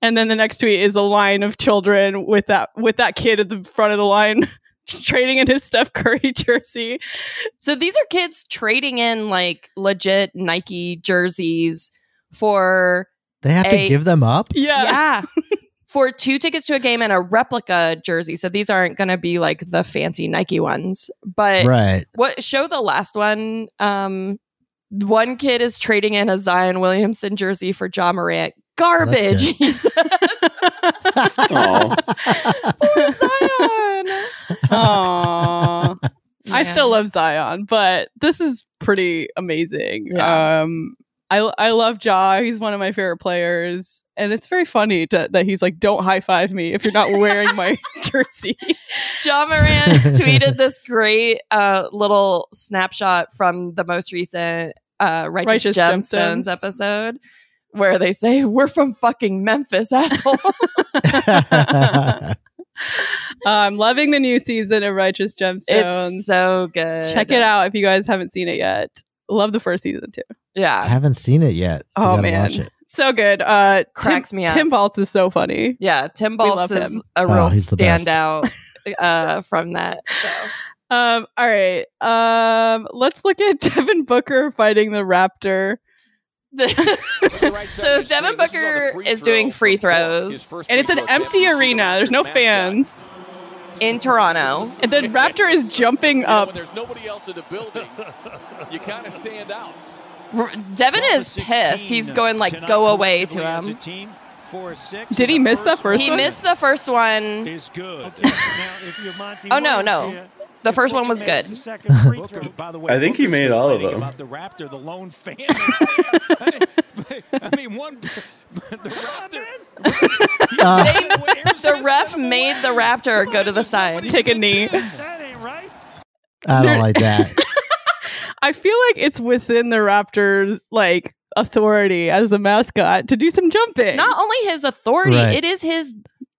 [SPEAKER 2] And then the next tweet is a line of children with that with that kid at the front of the line just trading in his Steph Curry jersey.
[SPEAKER 1] So these are kids trading in like legit Nike jerseys for
[SPEAKER 3] They have to
[SPEAKER 1] A-
[SPEAKER 3] give them up?
[SPEAKER 2] Yeah.
[SPEAKER 1] yeah. For two tickets to a game and a replica jersey. So these aren't going to be like the fancy Nike ones. But
[SPEAKER 3] Right.
[SPEAKER 1] what show the last one? Um, one kid is trading in a Zion Williamson jersey for John Morant. Garbage.
[SPEAKER 3] Oh, good.
[SPEAKER 1] He said, Poor Zion.
[SPEAKER 2] Aww.
[SPEAKER 1] Yeah.
[SPEAKER 2] I still love Zion, but this is pretty amazing.
[SPEAKER 1] Yeah.
[SPEAKER 2] Um, I I love Ja. He's one of my favorite players, and it's very funny to, that he's like, "Don't high five me if you're not wearing my jersey."
[SPEAKER 1] John Moran tweeted this great uh, little snapshot from the most recent uh, Righteous,
[SPEAKER 2] Righteous
[SPEAKER 1] Gemstones,
[SPEAKER 2] Gemstones.
[SPEAKER 1] episode where they say, We're from fucking Memphis, asshole.
[SPEAKER 2] Uh, I'm loving the new season of Righteous Gemstones.
[SPEAKER 1] it's so good.
[SPEAKER 2] Check it out if you guys haven't seen it yet. Love the first season too.
[SPEAKER 3] I
[SPEAKER 1] Yeah.
[SPEAKER 3] haven't seen it yet. I
[SPEAKER 2] Oh
[SPEAKER 3] gotta
[SPEAKER 2] man,
[SPEAKER 3] watch it.
[SPEAKER 2] so good. Uh,
[SPEAKER 1] Cracks
[SPEAKER 2] Tim,
[SPEAKER 1] me up.
[SPEAKER 2] Tim Baltz is so funny.
[SPEAKER 1] Yeah. Tim
[SPEAKER 2] We love
[SPEAKER 1] Baltz is
[SPEAKER 2] him.
[SPEAKER 1] a
[SPEAKER 3] Oh,
[SPEAKER 1] real
[SPEAKER 3] he's the best.
[SPEAKER 1] standout uh, from that show.
[SPEAKER 2] Um, all right. Um, let's look at Devin Booker fighting the Raptor.
[SPEAKER 1] This-
[SPEAKER 5] so Devin Booker is doing free throws.
[SPEAKER 2] and it's an empty arena. There's no fans.
[SPEAKER 1] in Toronto.
[SPEAKER 2] And then Raptor is jumping
[SPEAKER 5] Up.
[SPEAKER 2] up.
[SPEAKER 5] There's nobody else in the building. You kind of stand out.
[SPEAKER 1] R- Devin is pissed. He's going like, go away to him.
[SPEAKER 7] him.
[SPEAKER 2] Did he miss the first
[SPEAKER 1] He
[SPEAKER 2] one?
[SPEAKER 1] missed the first one.
[SPEAKER 7] Is good. oh
[SPEAKER 1] Oh, no, no. The first one was good.
[SPEAKER 7] By the way,
[SPEAKER 4] I think he
[SPEAKER 7] Booker's
[SPEAKER 4] made all of
[SPEAKER 7] complaining
[SPEAKER 4] them.
[SPEAKER 7] About the Raptor, the lone fan. I mean, one. The Raptor.
[SPEAKER 3] Uh,
[SPEAKER 1] They- the ref made the Raptor go to the side.
[SPEAKER 2] Take a knee.
[SPEAKER 7] That ain't right.
[SPEAKER 3] I
[SPEAKER 2] There-
[SPEAKER 3] don't like that.
[SPEAKER 2] I feel like it's within the Raptor's like authority as the mascot to do some jumping.
[SPEAKER 1] Not only his authority,
[SPEAKER 3] Right.
[SPEAKER 1] it is his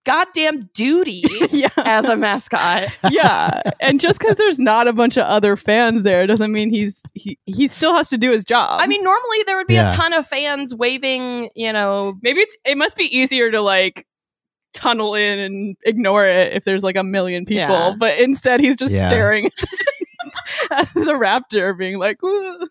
[SPEAKER 1] goddamn duty
[SPEAKER 2] yeah,
[SPEAKER 1] as a mascot.
[SPEAKER 2] yeah. And just because there's not a bunch of other fans there doesn't mean he's he, he still has to do his job.
[SPEAKER 1] I mean, normally there would be
[SPEAKER 3] Yeah.
[SPEAKER 1] a ton of fans waving, you know.
[SPEAKER 2] maybe it's it must be easier to like tunnel in and ignore it if there's like a million people.
[SPEAKER 1] Yeah.
[SPEAKER 2] But instead, he's just
[SPEAKER 3] Yeah.
[SPEAKER 2] staring at the Raptor, being like, "Ooh."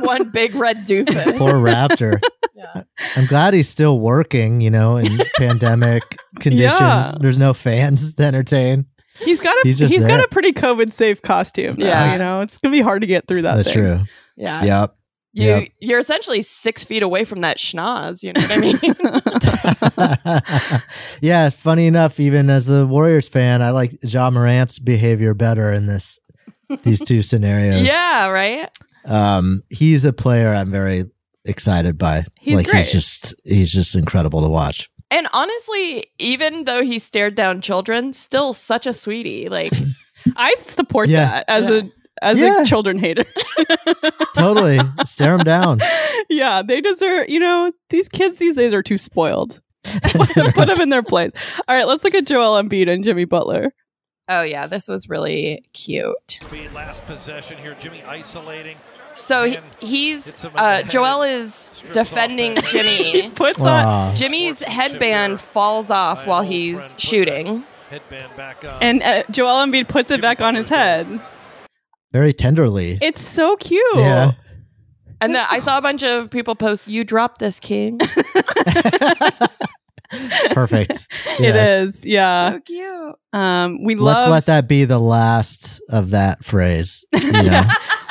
[SPEAKER 1] One big red doofus.
[SPEAKER 3] Poor Raptor.
[SPEAKER 1] Yeah.
[SPEAKER 3] I'm glad he's still working, you know, in pandemic conditions.
[SPEAKER 2] Yeah.
[SPEAKER 3] There's no fans to entertain.
[SPEAKER 2] He's got a
[SPEAKER 3] He's
[SPEAKER 2] he's
[SPEAKER 3] just
[SPEAKER 2] got
[SPEAKER 3] there.
[SPEAKER 2] a pretty COVID safe costume now.
[SPEAKER 1] Yeah.
[SPEAKER 2] You know, it's gonna be hard to get through that.
[SPEAKER 3] That's
[SPEAKER 2] thing.
[SPEAKER 3] true.
[SPEAKER 1] Yeah.
[SPEAKER 3] Yep.
[SPEAKER 1] You
[SPEAKER 3] Yep.
[SPEAKER 1] you're essentially six feet away from that schnoz, you know what I mean?
[SPEAKER 3] yeah, funny enough, even as the Warriors fan, I like Ja Morant's behavior better in this these two scenarios.
[SPEAKER 1] yeah, right?
[SPEAKER 3] Um he's a player I'm very excited by.
[SPEAKER 2] He's
[SPEAKER 3] like
[SPEAKER 2] great.
[SPEAKER 3] he's just he's just incredible to watch.
[SPEAKER 1] And honestly, even though he stared down children, still such a sweetie. Like
[SPEAKER 2] I support
[SPEAKER 3] Yeah.
[SPEAKER 2] that as a as
[SPEAKER 3] Yeah.
[SPEAKER 2] a children hater.
[SPEAKER 3] Totally. Stare him down.
[SPEAKER 2] yeah, they deserve. You know, these kids these days are too spoiled. Put them in their place. All right, let's look at Joel Embiid and Jimmy Butler.
[SPEAKER 1] Oh yeah, this was really cute.
[SPEAKER 7] Be last possession here. Jimmy isolating.
[SPEAKER 1] So he, he's uh, Joel is defending Jimmy.
[SPEAKER 2] Puts on
[SPEAKER 3] Aw.
[SPEAKER 1] Jimmy's headband falls off while he's shooting.
[SPEAKER 7] Headband back up.
[SPEAKER 2] and uh, Joel Embiid puts it back on his head.
[SPEAKER 3] very tenderly.
[SPEAKER 2] It's so cute.
[SPEAKER 3] Yeah.
[SPEAKER 1] And then I saw a bunch of people post, "You dropped this, King."
[SPEAKER 3] Perfect.
[SPEAKER 2] It
[SPEAKER 3] Yes.
[SPEAKER 2] is. Yeah.
[SPEAKER 1] so cute.
[SPEAKER 2] um, we
[SPEAKER 3] Let's
[SPEAKER 2] love.
[SPEAKER 3] let that be the last of that phrase. You know?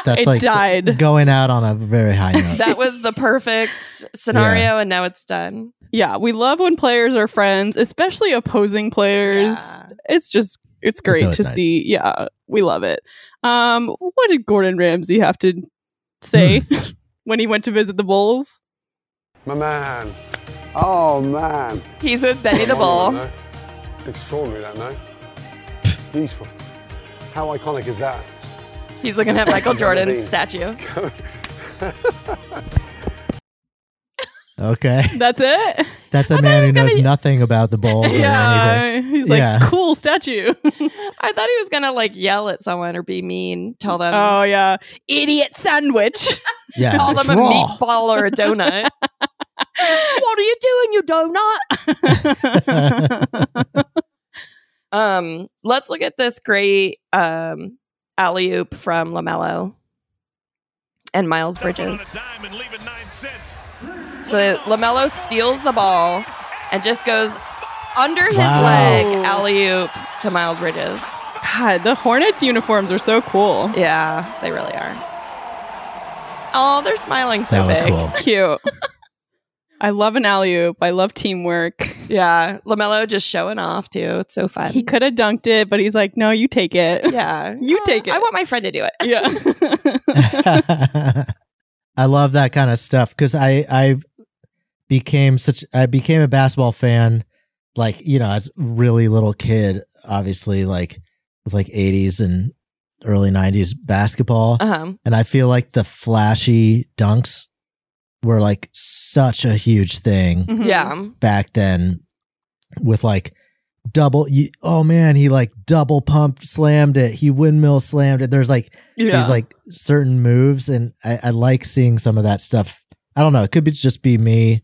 [SPEAKER 3] That's
[SPEAKER 2] It
[SPEAKER 3] like
[SPEAKER 2] died.
[SPEAKER 3] going out on a very high note.
[SPEAKER 1] That was the perfect scenario, and now it's done.
[SPEAKER 2] yeah, we love when players are friends, especially opposing players.
[SPEAKER 1] Yeah.
[SPEAKER 2] it's just it's great
[SPEAKER 3] always
[SPEAKER 2] to
[SPEAKER 3] nice.
[SPEAKER 2] see. Yeah, we love it. Um, what did Gordon Ramsay have to say
[SPEAKER 3] Hmm.
[SPEAKER 2] when he went to visit the Bulls?
[SPEAKER 8] My man. Oh, man.
[SPEAKER 1] He's with Benny the
[SPEAKER 8] Phenomenal,
[SPEAKER 1] Bull.
[SPEAKER 8] no? It's extraordinary, that, no? Beautiful. How iconic is that?
[SPEAKER 1] He's looking at Michael
[SPEAKER 8] I've never
[SPEAKER 1] Jordan's
[SPEAKER 8] been.
[SPEAKER 1] statue.
[SPEAKER 3] Okay.
[SPEAKER 2] That's it.
[SPEAKER 3] That's a
[SPEAKER 1] thought
[SPEAKER 3] man
[SPEAKER 1] it
[SPEAKER 3] who
[SPEAKER 1] was gonna
[SPEAKER 3] knows
[SPEAKER 1] be-
[SPEAKER 3] nothing about the Bulls or anything.
[SPEAKER 2] yeah, he's like
[SPEAKER 3] Yeah.
[SPEAKER 2] cool statue.
[SPEAKER 1] I thought Um, he was gonna like yell at someone or be mean, tell them.
[SPEAKER 2] oh yeah, idiot Oh, sandwich.
[SPEAKER 3] Yeah.
[SPEAKER 1] Call them a
[SPEAKER 3] draw.
[SPEAKER 1] meatball or a donut. what are you doing, you donut? Um, let's look at this great um alley oop from Lamelo and Miles Bridges. So Lamelo steals the ball and just goes under his
[SPEAKER 3] Wow.
[SPEAKER 1] leg alley oop to Miles Bridges.
[SPEAKER 2] God, the Hornets uniforms are so cool.
[SPEAKER 1] Yeah, they really are. Oh, they're smiling so
[SPEAKER 3] That was
[SPEAKER 1] big.
[SPEAKER 3] cool.
[SPEAKER 2] Cute. I love an alley oop. I love teamwork.
[SPEAKER 1] Yeah, Lamelo just showing off too. It's so fun.
[SPEAKER 2] He could have dunked it, but he's like, no, you take it.
[SPEAKER 1] yeah, Uh,
[SPEAKER 2] You take it.
[SPEAKER 1] I want my friend to do it.
[SPEAKER 2] Yeah.
[SPEAKER 3] I love that kind of stuff because I I became such I became a basketball fan like you know as a really little kid obviously like with like 80s and early 90s basketball
[SPEAKER 1] Uh huh.
[SPEAKER 3] and I feel like the flashy dunks were like such a huge thing
[SPEAKER 2] Mhm.
[SPEAKER 1] Yeah.
[SPEAKER 3] back then with like double you, oh man he like double pump slammed it he windmill slammed it there's like
[SPEAKER 2] Yeah.
[SPEAKER 3] these like certain moves and I, I like seeing some of that stuff i don't know it could be just be me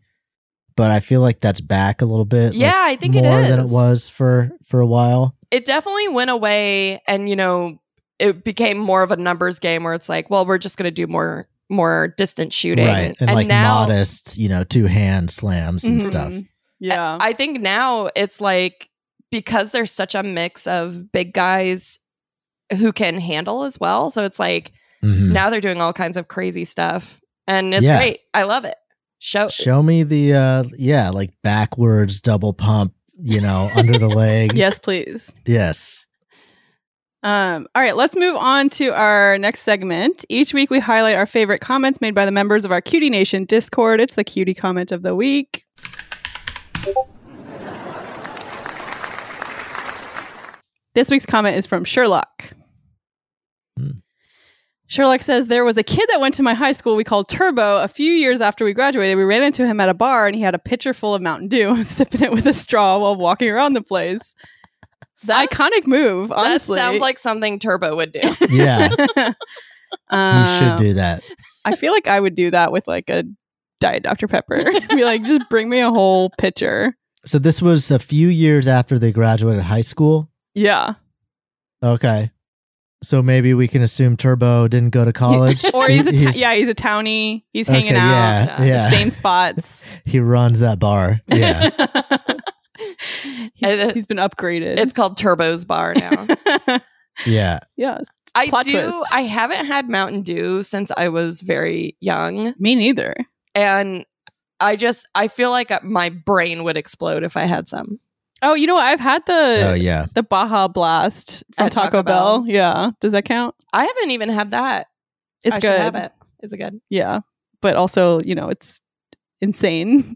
[SPEAKER 3] but i feel like that's back a little bit like,
[SPEAKER 1] Yeah, I think it
[SPEAKER 3] more
[SPEAKER 1] is.
[SPEAKER 3] than it was for for a while
[SPEAKER 1] it definitely went away and you know it became more of a numbers game where it's like well we're just going to do more more distant shooting
[SPEAKER 3] right and, like modest you know two hand slams and
[SPEAKER 1] Mm-hmm.
[SPEAKER 2] Mhm.
[SPEAKER 3] stuff
[SPEAKER 2] yeah.
[SPEAKER 1] i think now it's like because there's such a mix of big guys who can handle as well so it's like
[SPEAKER 3] Mhm.
[SPEAKER 1] now they're doing all kinds of crazy stuff and it's
[SPEAKER 3] Yeah.
[SPEAKER 1] great i love it show
[SPEAKER 3] show me the uh yeah like backwards double pump you know under the leg
[SPEAKER 2] yes, please.
[SPEAKER 3] yes
[SPEAKER 2] Um, all right, let's move on to our next segment. Each week, we highlight our favorite comments made by the members of our Cutie Nation Discord. It's the cutie comment of the week. This week's comment is from Sherlock.
[SPEAKER 3] Hmm.
[SPEAKER 2] Sherlock says there was a kid that went to my high school we called Turbo. A few years after we graduated, we ran into him at a bar and he had a pitcher full of Mountain Dew, sipping it with a straw while walking around the place. The iconic move,
[SPEAKER 1] that
[SPEAKER 2] honestly.
[SPEAKER 1] sounds like something turbo would do
[SPEAKER 3] yeah you should
[SPEAKER 1] Uh.
[SPEAKER 2] Um,
[SPEAKER 3] do that
[SPEAKER 2] I feel like I would do that with like a diet Dr Pepper. Be like, just bring me a whole pitcher.
[SPEAKER 3] so this was a few years after they graduated high school
[SPEAKER 2] Yeah,
[SPEAKER 3] Okay. So maybe we can assume Turbo didn't go to college.
[SPEAKER 2] or he's a
[SPEAKER 3] He-
[SPEAKER 2] ta- yeah, he's a townie. He's hanging
[SPEAKER 3] okay,
[SPEAKER 2] out, uh,
[SPEAKER 3] Yeah,
[SPEAKER 1] Yeah.
[SPEAKER 3] yeah.
[SPEAKER 2] same spots.
[SPEAKER 3] He runs that bar. Yeah.
[SPEAKER 1] And it-
[SPEAKER 2] he's, he's been upgraded.
[SPEAKER 1] it's called turbo's bar now
[SPEAKER 3] yeah.
[SPEAKER 2] yeah,
[SPEAKER 1] I
[SPEAKER 2] Plot
[SPEAKER 1] do.
[SPEAKER 2] twist.
[SPEAKER 1] I haven't had Mountain Dew since I was very young,
[SPEAKER 2] me neither.
[SPEAKER 1] and I just I feel like my brain would explode if I had some.
[SPEAKER 2] Oh, you know what? I've had the
[SPEAKER 3] Oh yeah.
[SPEAKER 2] the Baja Blast from
[SPEAKER 1] At
[SPEAKER 2] Taco,
[SPEAKER 1] Taco
[SPEAKER 2] Bell.
[SPEAKER 1] Bell.
[SPEAKER 2] Yeah, does that count?
[SPEAKER 1] I haven't even had that.
[SPEAKER 2] It's
[SPEAKER 1] I should
[SPEAKER 2] good.
[SPEAKER 1] Have it. Is it good?
[SPEAKER 2] Yeah, but also you know it's insane.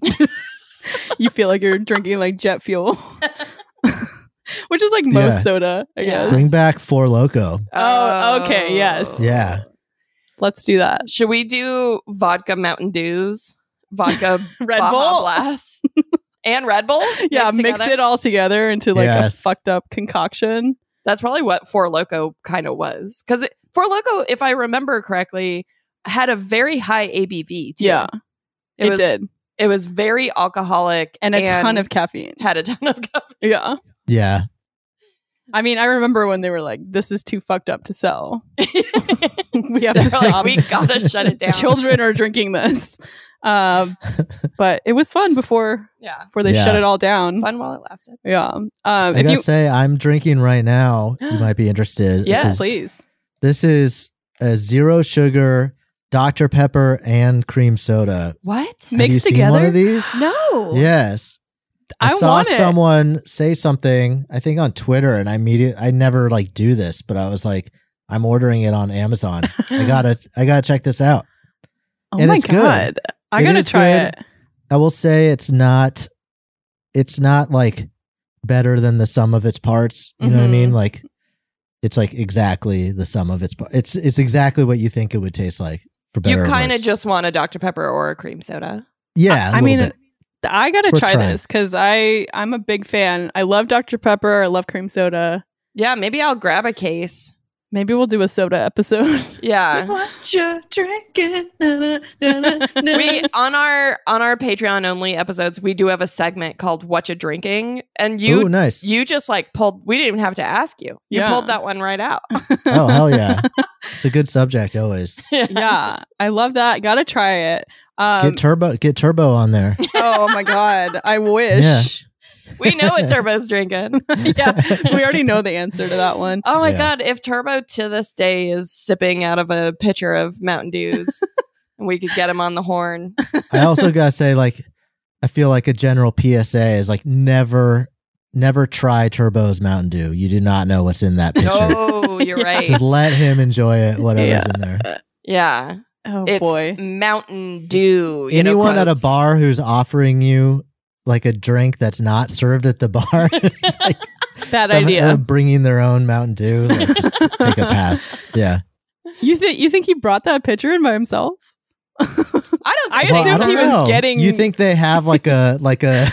[SPEAKER 2] you feel like you're drinking like jet fuel, which is like most
[SPEAKER 3] Yeah.
[SPEAKER 2] soda, I
[SPEAKER 1] Yeah.
[SPEAKER 2] guess.
[SPEAKER 3] Bring back Four Loco.
[SPEAKER 2] Oh, okay, yes.
[SPEAKER 3] Yeah.
[SPEAKER 2] Let's do that.
[SPEAKER 1] Should we do vodka Mountain Dews, vodka
[SPEAKER 2] Red
[SPEAKER 1] Baja
[SPEAKER 2] Bull.
[SPEAKER 1] Blast, and Red Bull?
[SPEAKER 2] Yeah,
[SPEAKER 1] mixed
[SPEAKER 2] mix
[SPEAKER 1] together?
[SPEAKER 2] it all together into like a
[SPEAKER 3] Yes.
[SPEAKER 2] fucked up concoction.
[SPEAKER 1] That's probably what Four Loco kind of was, because Four Loco, if I remember correctly, had a very high ABV. Too.
[SPEAKER 2] Yeah, it,
[SPEAKER 1] was,
[SPEAKER 2] did,
[SPEAKER 1] It was very alcoholic
[SPEAKER 2] and a ton of caffeine.
[SPEAKER 1] had a ton of coffee.
[SPEAKER 2] Yeah,
[SPEAKER 3] Yeah.
[SPEAKER 2] I mean, I remember when they were like, "This is too fucked up to sell. we
[SPEAKER 1] They're
[SPEAKER 2] have to
[SPEAKER 1] like,
[SPEAKER 2] stop."
[SPEAKER 1] we gotta shut it down.
[SPEAKER 2] Children are drinking this." Um, but it was fun before
[SPEAKER 1] Yeah,
[SPEAKER 2] before they
[SPEAKER 3] Yeah.
[SPEAKER 2] shut it all down.
[SPEAKER 1] fun while it lasted.
[SPEAKER 2] Yeah. Um,
[SPEAKER 3] I
[SPEAKER 2] if
[SPEAKER 3] gotta
[SPEAKER 2] you
[SPEAKER 3] say I'm drinking right now. You might be
[SPEAKER 1] Yes,
[SPEAKER 3] interested. This
[SPEAKER 2] yes,
[SPEAKER 3] is-
[SPEAKER 2] please.
[SPEAKER 3] This is a zero sugar Dr. Pepper and cream soda.
[SPEAKER 1] What?
[SPEAKER 2] Mixed
[SPEAKER 3] Have you seen one
[SPEAKER 2] together?
[SPEAKER 3] of these?
[SPEAKER 1] No.
[SPEAKER 3] Yes. I,
[SPEAKER 2] I
[SPEAKER 3] saw
[SPEAKER 2] want it.
[SPEAKER 3] someone say something, I think on Twitter, and I immediately I never like do this, but I was like, I'm ordering it on Amazon. I gotta I gotta check this out.
[SPEAKER 2] Oh
[SPEAKER 3] and
[SPEAKER 2] my
[SPEAKER 3] it's good.
[SPEAKER 2] god. I
[SPEAKER 3] It
[SPEAKER 2] gotta
[SPEAKER 3] is
[SPEAKER 2] try
[SPEAKER 3] good.
[SPEAKER 2] it.
[SPEAKER 3] I will say it's not it's not like better than the sum of its parts. You know what I
[SPEAKER 1] Mhm.
[SPEAKER 3] mean?
[SPEAKER 2] Mm-hmm.
[SPEAKER 3] Like it's like exactly the sum of its parts. It's it's exactly what you think it would taste like for better.
[SPEAKER 1] You
[SPEAKER 3] or
[SPEAKER 1] kind of
[SPEAKER 3] worse.
[SPEAKER 1] just want a Dr Pepper or a cream soda.
[SPEAKER 3] Yeah,
[SPEAKER 2] I
[SPEAKER 3] I
[SPEAKER 2] mean,
[SPEAKER 3] mean
[SPEAKER 2] I gotta
[SPEAKER 3] It's worth
[SPEAKER 2] try
[SPEAKER 3] trying.
[SPEAKER 2] this because I I'm a big fan. I love Dr Pepper. I love cream soda.
[SPEAKER 1] Yeah, maybe I'll grab a case.
[SPEAKER 2] Maybe we'll do a soda episode.
[SPEAKER 1] Yeah.
[SPEAKER 2] What you drinking? Na, na, na, na.
[SPEAKER 1] we on our on our Patreon only episodes, we do have a segment called "What You Drinking," and you
[SPEAKER 3] Ooh, nice.
[SPEAKER 1] you just like pulled. We didn't even have to ask you. You
[SPEAKER 2] Yeah.
[SPEAKER 1] pulled that one right out.
[SPEAKER 3] oh hell yeah, it's a good subject always.
[SPEAKER 2] yeah, I love that. Gotta try it. Um,
[SPEAKER 3] get turbo, get turbo on there.
[SPEAKER 2] oh my god, I wish.
[SPEAKER 3] Yeah.
[SPEAKER 1] we know what Turbo's drinking.
[SPEAKER 2] yeah, we already know the answer to that one.
[SPEAKER 1] Oh my
[SPEAKER 3] Yeah.
[SPEAKER 1] god! If Turbo to this day is sipping out of a pitcher of Mountain Dews, and we could get him on the horn.
[SPEAKER 3] I also gotta say, like, I feel like a general PSA is like never, never try Turbo's Mountain Dew. You do not know what's in that picture.
[SPEAKER 1] Oh, you're
[SPEAKER 2] Yeah.
[SPEAKER 1] right.
[SPEAKER 3] Just let him enjoy it, whatever's
[SPEAKER 2] Yeah.
[SPEAKER 3] in there.
[SPEAKER 1] yeah,
[SPEAKER 2] Oh
[SPEAKER 1] it's
[SPEAKER 2] boy.
[SPEAKER 1] Mountain Dew. you know,
[SPEAKER 3] Anyone at a
[SPEAKER 1] quotes.
[SPEAKER 3] bar who's offering you like a drink that's not served at the bar, it's like
[SPEAKER 2] Bad
[SPEAKER 3] somehow
[SPEAKER 2] idea.
[SPEAKER 3] bringing their own Mountain Dew, like, uh, just take a pass. Yeah,
[SPEAKER 2] You think you think he brought that picture in by himself?
[SPEAKER 1] I don't.
[SPEAKER 2] I
[SPEAKER 1] think so.
[SPEAKER 2] assumed
[SPEAKER 3] don't
[SPEAKER 2] he was
[SPEAKER 3] know.
[SPEAKER 2] getting-
[SPEAKER 3] You think they have like a like a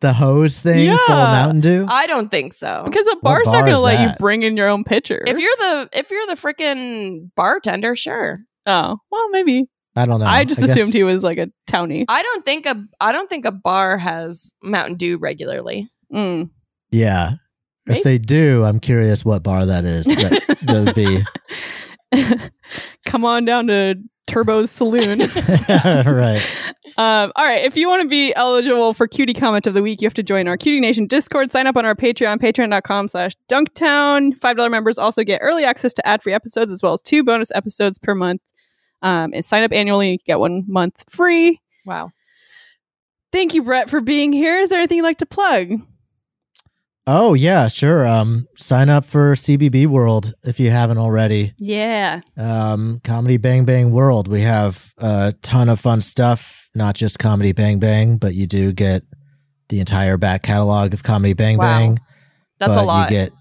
[SPEAKER 3] the hose thing full of
[SPEAKER 2] Yeah.
[SPEAKER 3] Mountain Dew?
[SPEAKER 1] I don't think so.
[SPEAKER 2] Because a bar's
[SPEAKER 3] bar
[SPEAKER 2] not going to
[SPEAKER 3] is
[SPEAKER 2] let you
[SPEAKER 3] that?
[SPEAKER 2] bring in your own pitcher.
[SPEAKER 1] if you're the if you're the freaking bartender, sure.
[SPEAKER 2] oh well, maybe
[SPEAKER 3] Oh, I don't know.
[SPEAKER 2] I just
[SPEAKER 3] guess-
[SPEAKER 2] assumed he was like a townie.
[SPEAKER 1] I don't think a I don't think a bar has Mountain Dew regularly.
[SPEAKER 2] Mm.
[SPEAKER 3] Yeah.
[SPEAKER 2] Maybe.
[SPEAKER 3] If they do, I'm curious what bar that is. That, that would be
[SPEAKER 2] Come on down to Turbo's Saloon.
[SPEAKER 3] right.
[SPEAKER 2] Um, all right. If you want to be eligible for Cutie Comment of the Week, you have to join our Cutie Nation Discord. Sign up on our Patreon, patreon.com slash dunktown. $5 members also get early access to ad-free episodes as well as two bonus episodes per month. Um, and sign up annually, you get one month free.
[SPEAKER 1] Wow.
[SPEAKER 2] Thank you, Brett, for being here. Is there anything you'd like to plug?
[SPEAKER 3] Oh yeah, sure. Um, sign up for CBB World if you haven't already.
[SPEAKER 2] Yeah.
[SPEAKER 3] Um, Comedy Bang Bang World. We have a ton of fun stuff. Not just Comedy Bang Bang, but you do get the entire back catalog of Comedy Bang
[SPEAKER 1] Wow.
[SPEAKER 3] Bang.
[SPEAKER 1] That's
[SPEAKER 3] but
[SPEAKER 1] a lot.
[SPEAKER 3] You get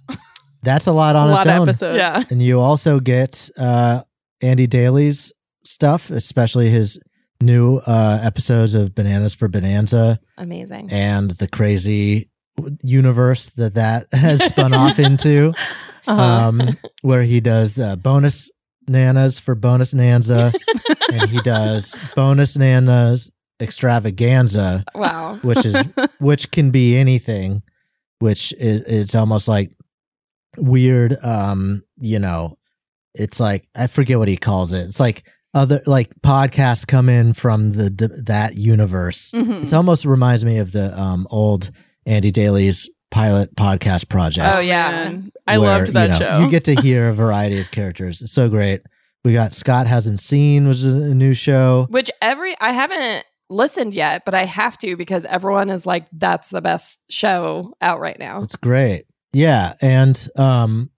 [SPEAKER 3] that's a lot on
[SPEAKER 2] a
[SPEAKER 3] its
[SPEAKER 2] lot of
[SPEAKER 3] own.
[SPEAKER 2] episodes.
[SPEAKER 1] Yeah.
[SPEAKER 3] and you also get uh, Andy Daly's stuff, especially his new uh, episodes of Bananas for Bonanza
[SPEAKER 1] Amazing.
[SPEAKER 3] and the crazy universe that that has spun off into,
[SPEAKER 2] Uh-huh.
[SPEAKER 3] um, where he does uh, bonus nanas for bonus nanza, and he does bonus nanas extravaganza,
[SPEAKER 1] Wow.
[SPEAKER 3] which is which can be anything which is, it's almost like weird um you know it's like i forget what he calls it it's like other like podcasts come in from the, the that universe
[SPEAKER 2] Mhm.
[SPEAKER 3] It's almost reminds me of the um old andy daly's pilot podcast project
[SPEAKER 1] Oh, yeah.
[SPEAKER 2] Man, I
[SPEAKER 3] where,
[SPEAKER 2] loved that
[SPEAKER 3] you know,
[SPEAKER 2] show.
[SPEAKER 3] You get to hear a variety of characters. It's so great. We got Scott hasn't seen, which is a new show.
[SPEAKER 1] Which every I haven't listened yet, but I have to because everyone is like, that's the best show out right now.
[SPEAKER 3] It's great. Yeah, and um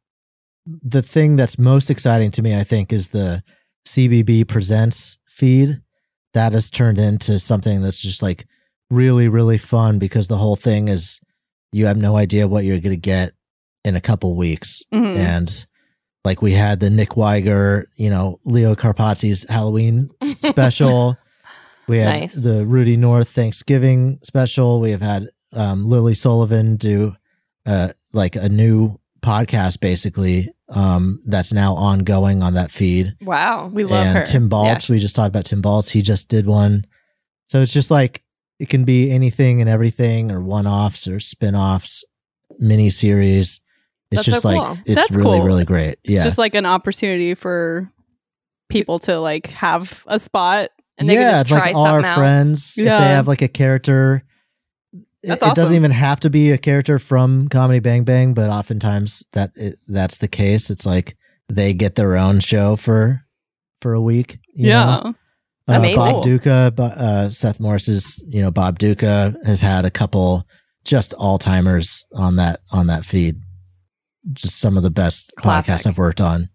[SPEAKER 3] the thing that's most exciting to me I think is the CBB presents feed that has turned into something that's just like really really fun because the whole thing is you have no idea what you're going to get in a couple weeks
[SPEAKER 2] Mhm.
[SPEAKER 3] and like we had the Nick Weiger, you know, Leo Carpazzi's Halloween special. We had
[SPEAKER 1] Nice.
[SPEAKER 3] the Rudy North Thanksgiving special. We have had um, Lily Sullivan do uh, like a new podcast, basically um, that's now ongoing on that feed.
[SPEAKER 1] wow.
[SPEAKER 2] We love
[SPEAKER 3] and
[SPEAKER 2] her.
[SPEAKER 3] Tim Baltz, we just talked about Tim Baltz. He just did one, so it's just like it can be anything and everything, or one offs or spin offs, mini series. It's
[SPEAKER 1] That's so
[SPEAKER 3] just like
[SPEAKER 1] cool.
[SPEAKER 3] it's
[SPEAKER 2] That's
[SPEAKER 3] really
[SPEAKER 2] cool.
[SPEAKER 3] really great. Yeah,
[SPEAKER 2] It's just like an opportunity for people to like have a spot.
[SPEAKER 1] And they can just
[SPEAKER 3] it's
[SPEAKER 1] try
[SPEAKER 3] like all our
[SPEAKER 1] something out.
[SPEAKER 3] friends. If
[SPEAKER 2] Yeah.
[SPEAKER 3] they have like a character, it-
[SPEAKER 2] That's
[SPEAKER 3] it,
[SPEAKER 2] awesome.
[SPEAKER 3] doesn't even have to be a character from Comedy Bang Bang, but oftentimes that it, that's the case. It's like they get their own show for for a week. you know? Uh,
[SPEAKER 1] Amazing.
[SPEAKER 3] Bob Duca, Bo- uh, Seth Morris's, you know, Bob Duca has had a couple just all timers on that on that feed. Just some of the best
[SPEAKER 1] Classic.
[SPEAKER 3] podcasts I've worked on.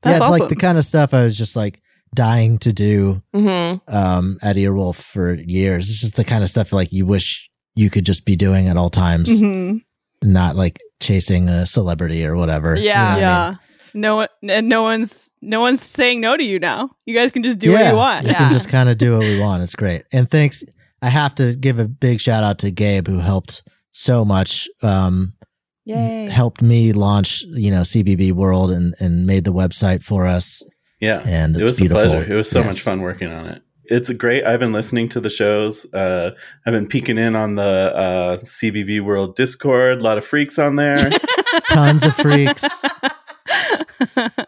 [SPEAKER 2] That's
[SPEAKER 3] yeah, it's like
[SPEAKER 2] awesome.
[SPEAKER 3] the kind of stuff I was just like dying to do
[SPEAKER 1] hmm
[SPEAKER 3] um, at Earwolf for years. It's just the kind of stuff like you wish you could just be doing at all times,
[SPEAKER 2] Mhm.
[SPEAKER 3] not like chasing a celebrity or whatever. you
[SPEAKER 1] Yeah.
[SPEAKER 3] know what I mean?
[SPEAKER 2] yeah. No one and no one's no one's saying no to you now. You guys can just do what
[SPEAKER 3] Yeah,
[SPEAKER 2] you want.
[SPEAKER 3] We
[SPEAKER 1] Yeah.
[SPEAKER 3] can just kind of do what we want. It's great. And thanks. I have to give a big shout out to Gabe who helped so much um,
[SPEAKER 1] Yay.
[SPEAKER 3] helped me launch, you know, CBB World and and made the website for us.
[SPEAKER 4] Yeah.
[SPEAKER 3] And
[SPEAKER 4] it
[SPEAKER 3] it's
[SPEAKER 4] was
[SPEAKER 3] beautiful.
[SPEAKER 4] a pleasure. It was so
[SPEAKER 3] Yes.
[SPEAKER 4] much fun working on it. It's a great. I've been listening to the shows. Uh, I've been peeking in on the uh, CBV World Discord. A lot of freaks on there.
[SPEAKER 3] Tons of freaks.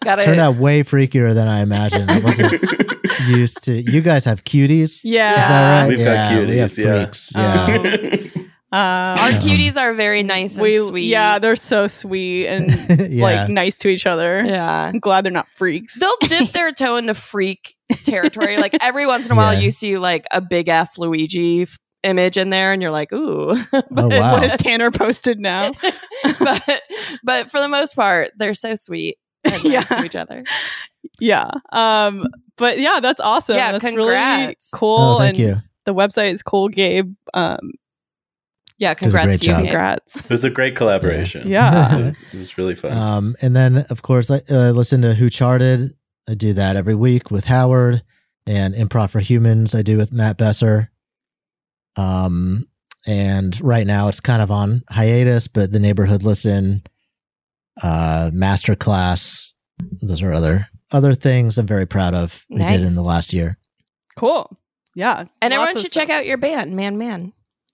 [SPEAKER 1] Got
[SPEAKER 3] Turned
[SPEAKER 1] it.
[SPEAKER 3] out way freakier than I imagined. I wasn't used to. You guys have cuties.
[SPEAKER 2] yeah.
[SPEAKER 3] Is that right? Uh-huh.
[SPEAKER 4] We've got
[SPEAKER 3] yeah, we have
[SPEAKER 4] cuties, yeah.
[SPEAKER 3] freaks. Yeah.
[SPEAKER 2] Um, Uh,
[SPEAKER 1] Our cuties are very nice and
[SPEAKER 2] we,
[SPEAKER 1] sweet.
[SPEAKER 2] yeah, they're so sweet and
[SPEAKER 3] Yeah.
[SPEAKER 2] like nice to each other.
[SPEAKER 1] yeah.
[SPEAKER 2] I'm glad they're not freaks.
[SPEAKER 1] They'll dip their toe into freak territory. Like every once in a while,
[SPEAKER 3] Yeah.
[SPEAKER 1] you see like a big ass Luigi f- image in there, and you're like, ooh.
[SPEAKER 3] oh wow.
[SPEAKER 2] What is Tanner posted now?
[SPEAKER 1] but but for the most part, they're so sweet and nice
[SPEAKER 2] Yeah.
[SPEAKER 1] to each other.
[SPEAKER 2] yeah. Um. But yeah, that's awesome.
[SPEAKER 1] Yeah,
[SPEAKER 2] that's really
[SPEAKER 1] congrats.
[SPEAKER 2] cool.
[SPEAKER 3] oh, thank
[SPEAKER 2] and
[SPEAKER 3] you.
[SPEAKER 2] the website is cool, Gabe. Um.
[SPEAKER 1] Yeah,
[SPEAKER 3] a
[SPEAKER 1] congrats
[SPEAKER 3] great
[SPEAKER 1] to you.
[SPEAKER 3] job.
[SPEAKER 1] Gabe.
[SPEAKER 4] It
[SPEAKER 2] Congrats.
[SPEAKER 4] was a great collaboration.
[SPEAKER 2] Yeah.
[SPEAKER 4] So it was really fun.
[SPEAKER 3] Um, and then, of course, I uh, listen to Who Charted. I do that every week with Howard and Improv for Humans. I do with Matt Besser. Um, and right now it's kind of on hiatus, but the Neighborhood Listen, uh, Masterclass, those are other other things I'm very proud of. We did in
[SPEAKER 1] Nice.
[SPEAKER 3] the last year.
[SPEAKER 2] cool. Yeah.
[SPEAKER 1] And
[SPEAKER 2] Lots
[SPEAKER 1] everyone
[SPEAKER 2] of
[SPEAKER 1] should
[SPEAKER 2] stuff.
[SPEAKER 1] check out your band, Man Man.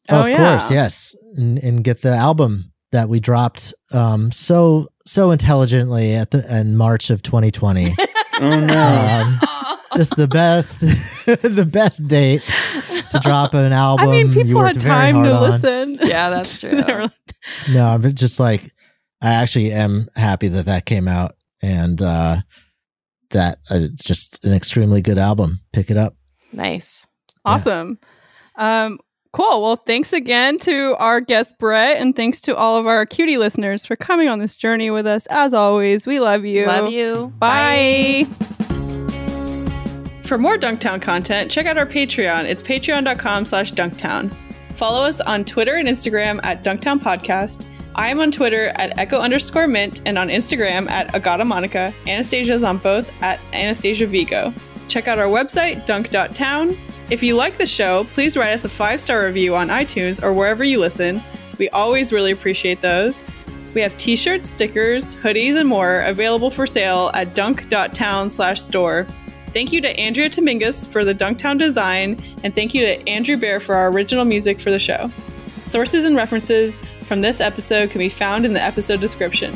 [SPEAKER 3] Oh,
[SPEAKER 2] Oh,
[SPEAKER 3] of course, yes, and, and get the album that we dropped um, so so intelligently at the in March of 2020.
[SPEAKER 4] oh no.
[SPEAKER 3] um,
[SPEAKER 1] Aw.
[SPEAKER 3] just the best the best date to drop an
[SPEAKER 2] I
[SPEAKER 3] album
[SPEAKER 2] mean,
[SPEAKER 3] you
[SPEAKER 2] people
[SPEAKER 3] worked
[SPEAKER 2] had
[SPEAKER 3] very
[SPEAKER 2] time
[SPEAKER 3] hard
[SPEAKER 2] to
[SPEAKER 3] on.
[SPEAKER 2] listen.
[SPEAKER 1] Yeah, that's true.
[SPEAKER 2] They were-
[SPEAKER 3] no i'm just like i actually am happy that that came out and uh that uh, it's just an extremely good album pick it up
[SPEAKER 1] nice.
[SPEAKER 2] Awesome. Um, cool. Well, thanks again to our guest, Brett, and thanks to all of our cutie listeners for coming on this journey with us. As always, we love you.
[SPEAKER 1] Love you.
[SPEAKER 2] Bye. For more Dunktown content, check out our Patreon. It's patreon.com slash dunktown. Follow us on Twitter and Instagram at Dunktown Podcast. I am on Twitter at echo underscore mint and on Instagram at Agata Monica. Anastasia's on both at Anastasia Vigo. Check out our website, dunk.town. If you like the show, please write us a five star review on iTunes or wherever you listen. We always really appreciate those. We have t-shirts, stickers, hoodies, and more available for sale at dunk.town slash store. Thank you to Andrea Tomingus for the Dunktown design, and thank you to Andrew Bear for our original music for the show. Sources and references from this episode can be found in the episode description.